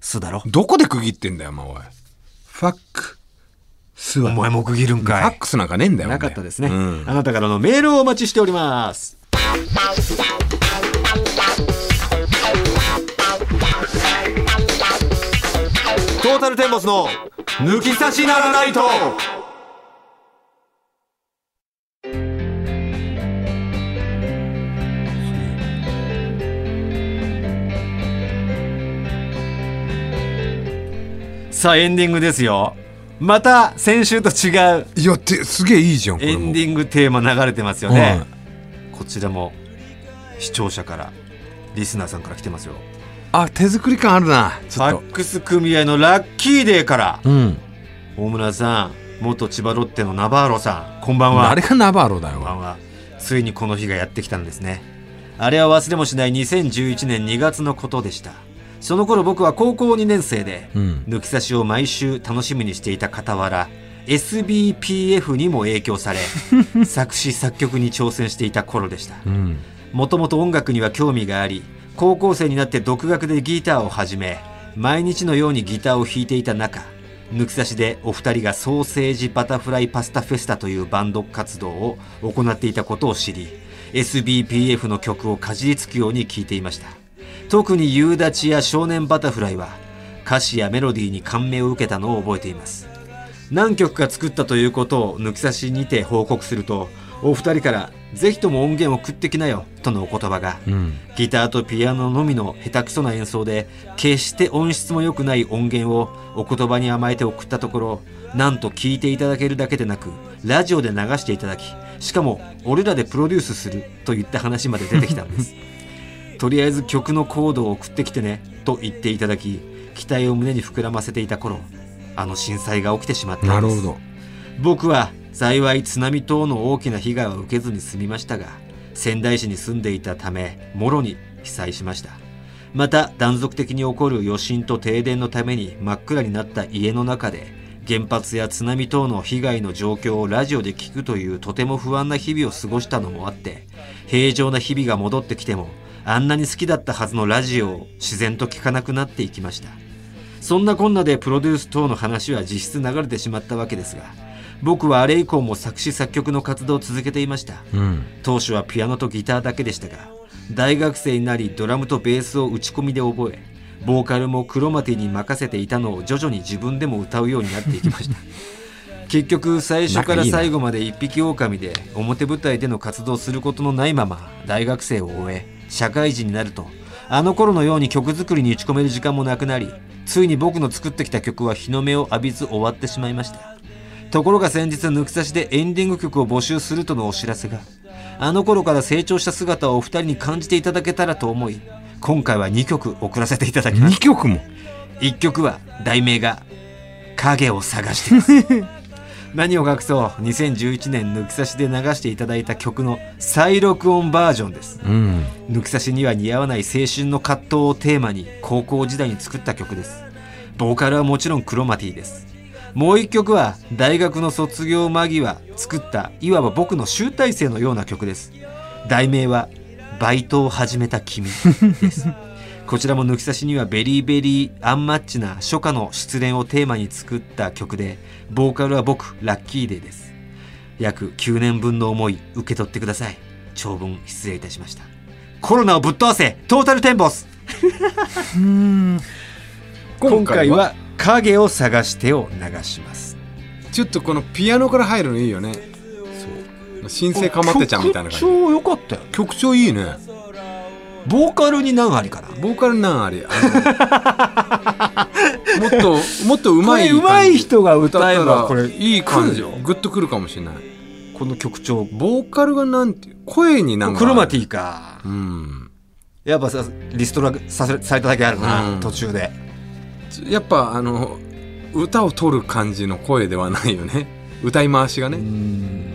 S1: スだろ。
S2: どこで区切ってんだよ、お前。おいファックス
S1: お
S2: は。
S1: 前も区切るん
S2: フ
S1: かい。
S2: ァックスなんかねえんだよ、お前
S1: なかったですね、
S2: うん
S1: あなたからのメールをお待ちしております。トータルテンボスの抜き差しならないと。さあエンディングですよ。また先週と違う
S2: いや、て、すげえいいじゃん、こ
S1: エ
S2: れも。
S1: ンディングテーマ流れてますよね、こちらも視聴者からリスナーさんから来てますよ
S2: あ、手作り感あるな、ち
S1: フ
S2: ょっ
S1: ァ
S2: と。
S1: ックス組合のラッキーデーから
S2: うん。
S1: 大村さん元千葉ロッテのナバーロさんこんばんは
S2: あれがナバーロだよ、
S1: こん
S2: お前
S1: ばんはついにこの日がやってきたんですねあれは忘れもしない2011年2月のことでしたその頃僕は高校2年生で、
S2: うん。
S1: 抜き差しを毎週楽しみにしていた傍ら SBPF にも影響され作詞作曲に挑戦していた頃でした
S2: うん。
S1: もともと音楽には興味があり高校生になって独学でギターを始め毎日のようにギターを弾いていた中抜き差しでお二人がソーセージバタフライパスタフェスタというバンド活動を行っていたことを知り SBPF の曲をかじりつくように聴いていました特に夕立や少年バタフライは歌詞やメロディーに感銘を受けたのを覚えています何曲か作ったということを抜き差しにて報告するとお二人から「ぜひとも音源を送ってきなよ」とのお言葉が
S2: うん。
S1: ギターとピアノのみの下手くそな演奏で決して音質も良くない音源をお言葉に甘えて送ったところなんと聴いていただけるだけでなくラジオで流していただきしかも俺らでプロデュースするといった話まで出てきたんです (laughs) とりあえず曲のコードを送ってきてねと言っていただき期待を胸に膨らませていた頃あの震災が起きてしまったんです
S2: なるほど。
S1: 僕は幸い津波等の大きな被害は受けずに済みましたが仙台市に住んでいたためもろに被災しましたまた断続的に起こる余震と停電のために真っ暗になった家の中で原発や津波等の被害の状況をラジオで聞くというとても不安な日々を過ごしたのもあって平常な日々が戻ってきてもあんなに好きだったはずのラジオを自然と聞かなくなっていきましたそんなこんなでプロデュース等の話は実質流れてしまったわけですが僕はあれ以降も作詞作曲の活動を続けていました
S2: うん
S1: 当初はピアノとギターだけでしたが大学生になりドラムとベースを打ち込みで覚えボーカルもクロマティに任せていたのを徐々に自分でも歌うようになっていきました結局最初から最後まで一匹狼で表舞台での活動をすることのないまま大学生を終え社会人になるとあの頃のように曲作りに打ち込める時間もなくなりついに僕の作ってきた曲は日の目を浴びず終わってしまいましたところが先日抜き差しでエンディング曲を募集するとのお知らせがあの頃から成長した姿をお二人に感じていただけたらと思い今回は2曲送らせていただきます
S2: 2曲も
S1: 1曲は題名が「影を探してます」 (laughs) 何を隠そう2011年抜き差しで流していただいた曲の再録音バージョンです
S2: うん
S1: 抜き差しには似合わない青春の葛藤をテーマに高校時代に作った曲ですボーカルはもちろんクロマティですもう一曲は大学の卒業間際作ったいわば僕の集大成のような曲です題名は「バイトを始めた君」ですこちらも抜き差しにはベリーベリーアンマッチな初夏の失恋をテーマに作った曲でボーカルは僕ラッキーデーです約9年分の思い受け取ってください長文失礼いたしましたコロナをぶっ倒せトータルテンボス今回は「影を探して」を流します
S2: ちょっとこのピアノから入るのいいよねそう新生かまってちゃんみたいな
S1: 曲
S2: 感じ
S1: 調良かったよ
S2: 曲調いいね
S1: ボーカルに何ありかな
S2: ボーカルなんあれあのもっともっとうまい
S1: これ上手い人が歌
S2: だ
S1: え
S2: っ
S1: ば
S2: たら
S1: これ
S2: いい感
S1: 来
S2: じ
S1: るよ
S2: グッとくるかもしれない
S1: この曲調
S2: ボーカルがなんて声になんか
S1: クロマテ
S2: ィ
S1: ィか
S2: うん
S1: やっぱさリストラさせされただけあるな、
S2: うん
S1: 途中で
S2: やっぱあの歌を取る感じの声ではないよね歌い回しが
S1: う
S2: ね
S1: ん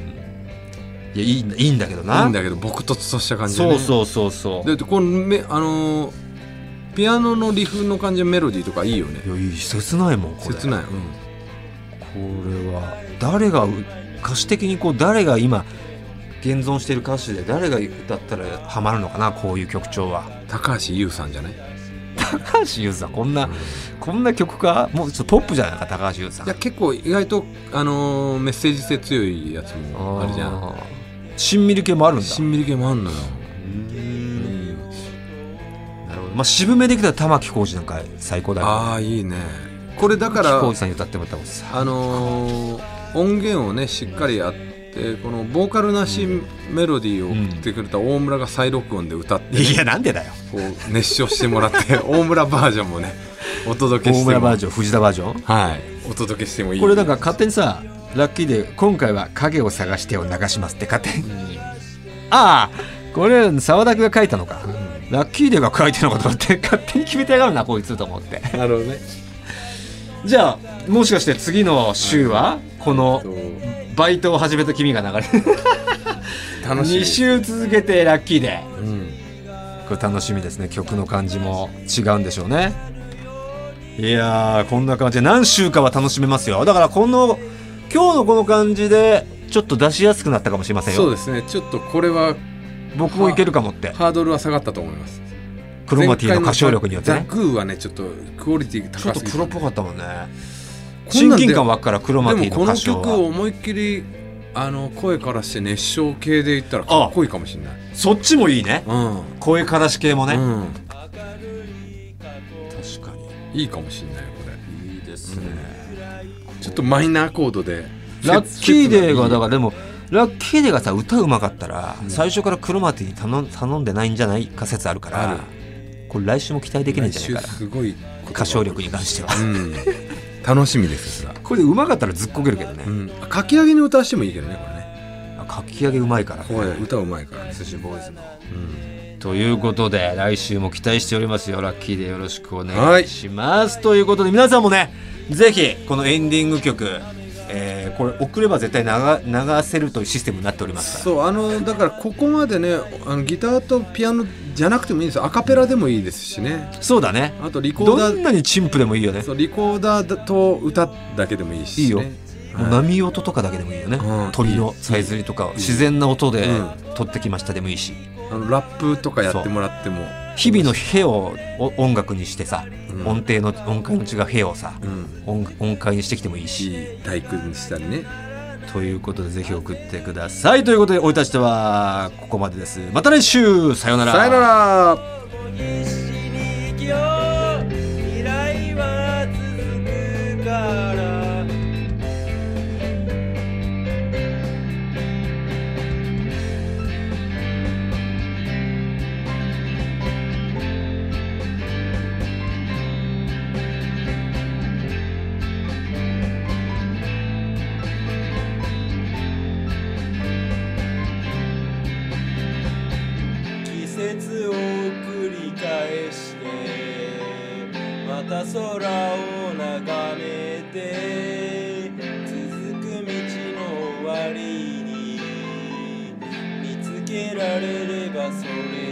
S1: いやいいんだいいんだけど
S2: い
S1: ない
S2: んだけど朴突とした感じで、
S1: そ
S2: ね、
S1: うそうそうそう
S2: だってこのめあのーピアノのリフの感じのメロディーとかいいよね
S1: いやいい切ないもんこれ
S2: 切ない、う
S1: これ
S2: ん、
S1: は誰がう歌詞的にこう誰が今現存している歌手で誰が歌ったらハマるのかなこういう曲調は
S2: 高橋優さんじゃないい
S1: 高橋優さんこんな、こんな曲かもうちょっとポップじゃないか高橋優さん
S2: や結構意外と、あのーメッセージ性強いやつもあるじゃん
S1: んしんみり系もあるんだ
S2: しんみり系もあんのよ
S1: うんなるほどまあ渋めできたら玉置浩二なんか最高だよ
S2: ああいいねこれだか
S1: 玉置
S2: ら
S1: 浩二さんに歌ってもらったもんさ
S2: あのー音源をねしっかりやってこのボーカルなしメロディーを送ってくれた大村が再録音で歌ってね、
S1: いやなんでだよ
S2: こう熱唱して
S1: (laughs)
S2: もらって大村バージョンもねお届け
S1: 大
S2: して
S1: 村
S2: も
S1: バージョン藤田バージョン
S2: はいお届けしてもいい
S1: これなんか勝手にさラッキーで今回は影を探してを流しますって勝手に (laughs) ああこれ沢田君が書いたのか、ラッキーデーが書いてるのかと思 (laughs) って勝手に決めてやがるなこいつと思って
S2: なるほどね
S1: じゃあもしかして次の週はこのバイトを始めた君が流れる
S2: 楽しい
S1: 2週続けてラッキーデー
S2: うん
S1: これ楽しみですね曲の感じも違うんでしょうねいやーこんな感じで何週かは楽しめますよだからこの今日のこの感じでちょっと出しやすくなったかもしれませんよ
S2: そうですねちょっとこれは
S1: 僕もいけるかもって
S2: ハードルは下がったと思います
S1: クロマティの歌唱力によって
S2: 前
S1: ね
S2: 回のザ・グーはねちょっとクオリティ
S1: ちょっ
S2: 高
S1: と
S2: すぎ
S1: プロっぽかったもんね
S2: こん
S1: 親
S2: なんで
S1: 近感湧くからクロマ
S2: で
S1: ティ
S2: も
S1: の歌
S2: この
S1: 唱
S2: 曲を
S1: は
S2: 思いっきりあの声からして熱唱系で言ったらかっこいいかもしれない
S1: そっちもいいね
S2: うん、
S1: 声からし系もね、
S2: うん、
S1: 確かに
S2: いいかもしれないこれ
S1: いいですね、
S2: ちょっとマイナーコードで
S1: ラッキーデーがだから
S2: ら
S1: でもラッキーデーがさ歌うまかったら、最初からクロマティに頼ん頼んでないんじゃないか説あるから
S2: ある
S1: これ来週も期待できないんじゃないかな
S2: すごい
S1: 歌唱力に関しては
S2: うん楽しみですそれは
S1: これでうまかったらずっこけるけどね、
S2: うん書き上げに歌わしてもいいけどねこれね
S1: かき上げうまいからね
S2: 声歌うまいからね
S1: 寿司ボーイズの、ということで来週も期待しておりますよラッキーでよろしくお
S2: は
S1: 願い
S2: い
S1: します、ということで皆さんもねぜひこのエンディング曲、えーこれ送れば絶対流流せるというシステムになっておりますから
S2: そうあのだからここまでねあのギターとピアノじゃなくてもいいんですよアカペラでもいいですしね
S1: そうだね
S2: あとリコーダ
S1: ど
S2: ー
S1: んなに陳腐でもいいよね
S2: そうリコーダーと歌だけでもいいし、ね、
S1: いいよもう
S2: はい
S1: 波音とかだけでもいいよね、
S2: うん
S1: 鳥のさえずりとか自然な音で
S2: うん
S1: 取ってきましたでもいいし
S2: あのラップとかやってもらっても
S1: 日々の「へ」をお音楽にしてさ、
S2: うん
S1: 音程の音階の違う「へ」をさ、
S2: うん
S1: 音音階にしてきてもいいし
S2: いい大工にしたりね
S6: ということでぜひ送ってくださいということで生い立ちではここまでですまた来週さようなら
S2: さよなら
S1: 未来は続くから」季節を繰り返してまた空を眺めて続く道の終わりに見つけられればそれ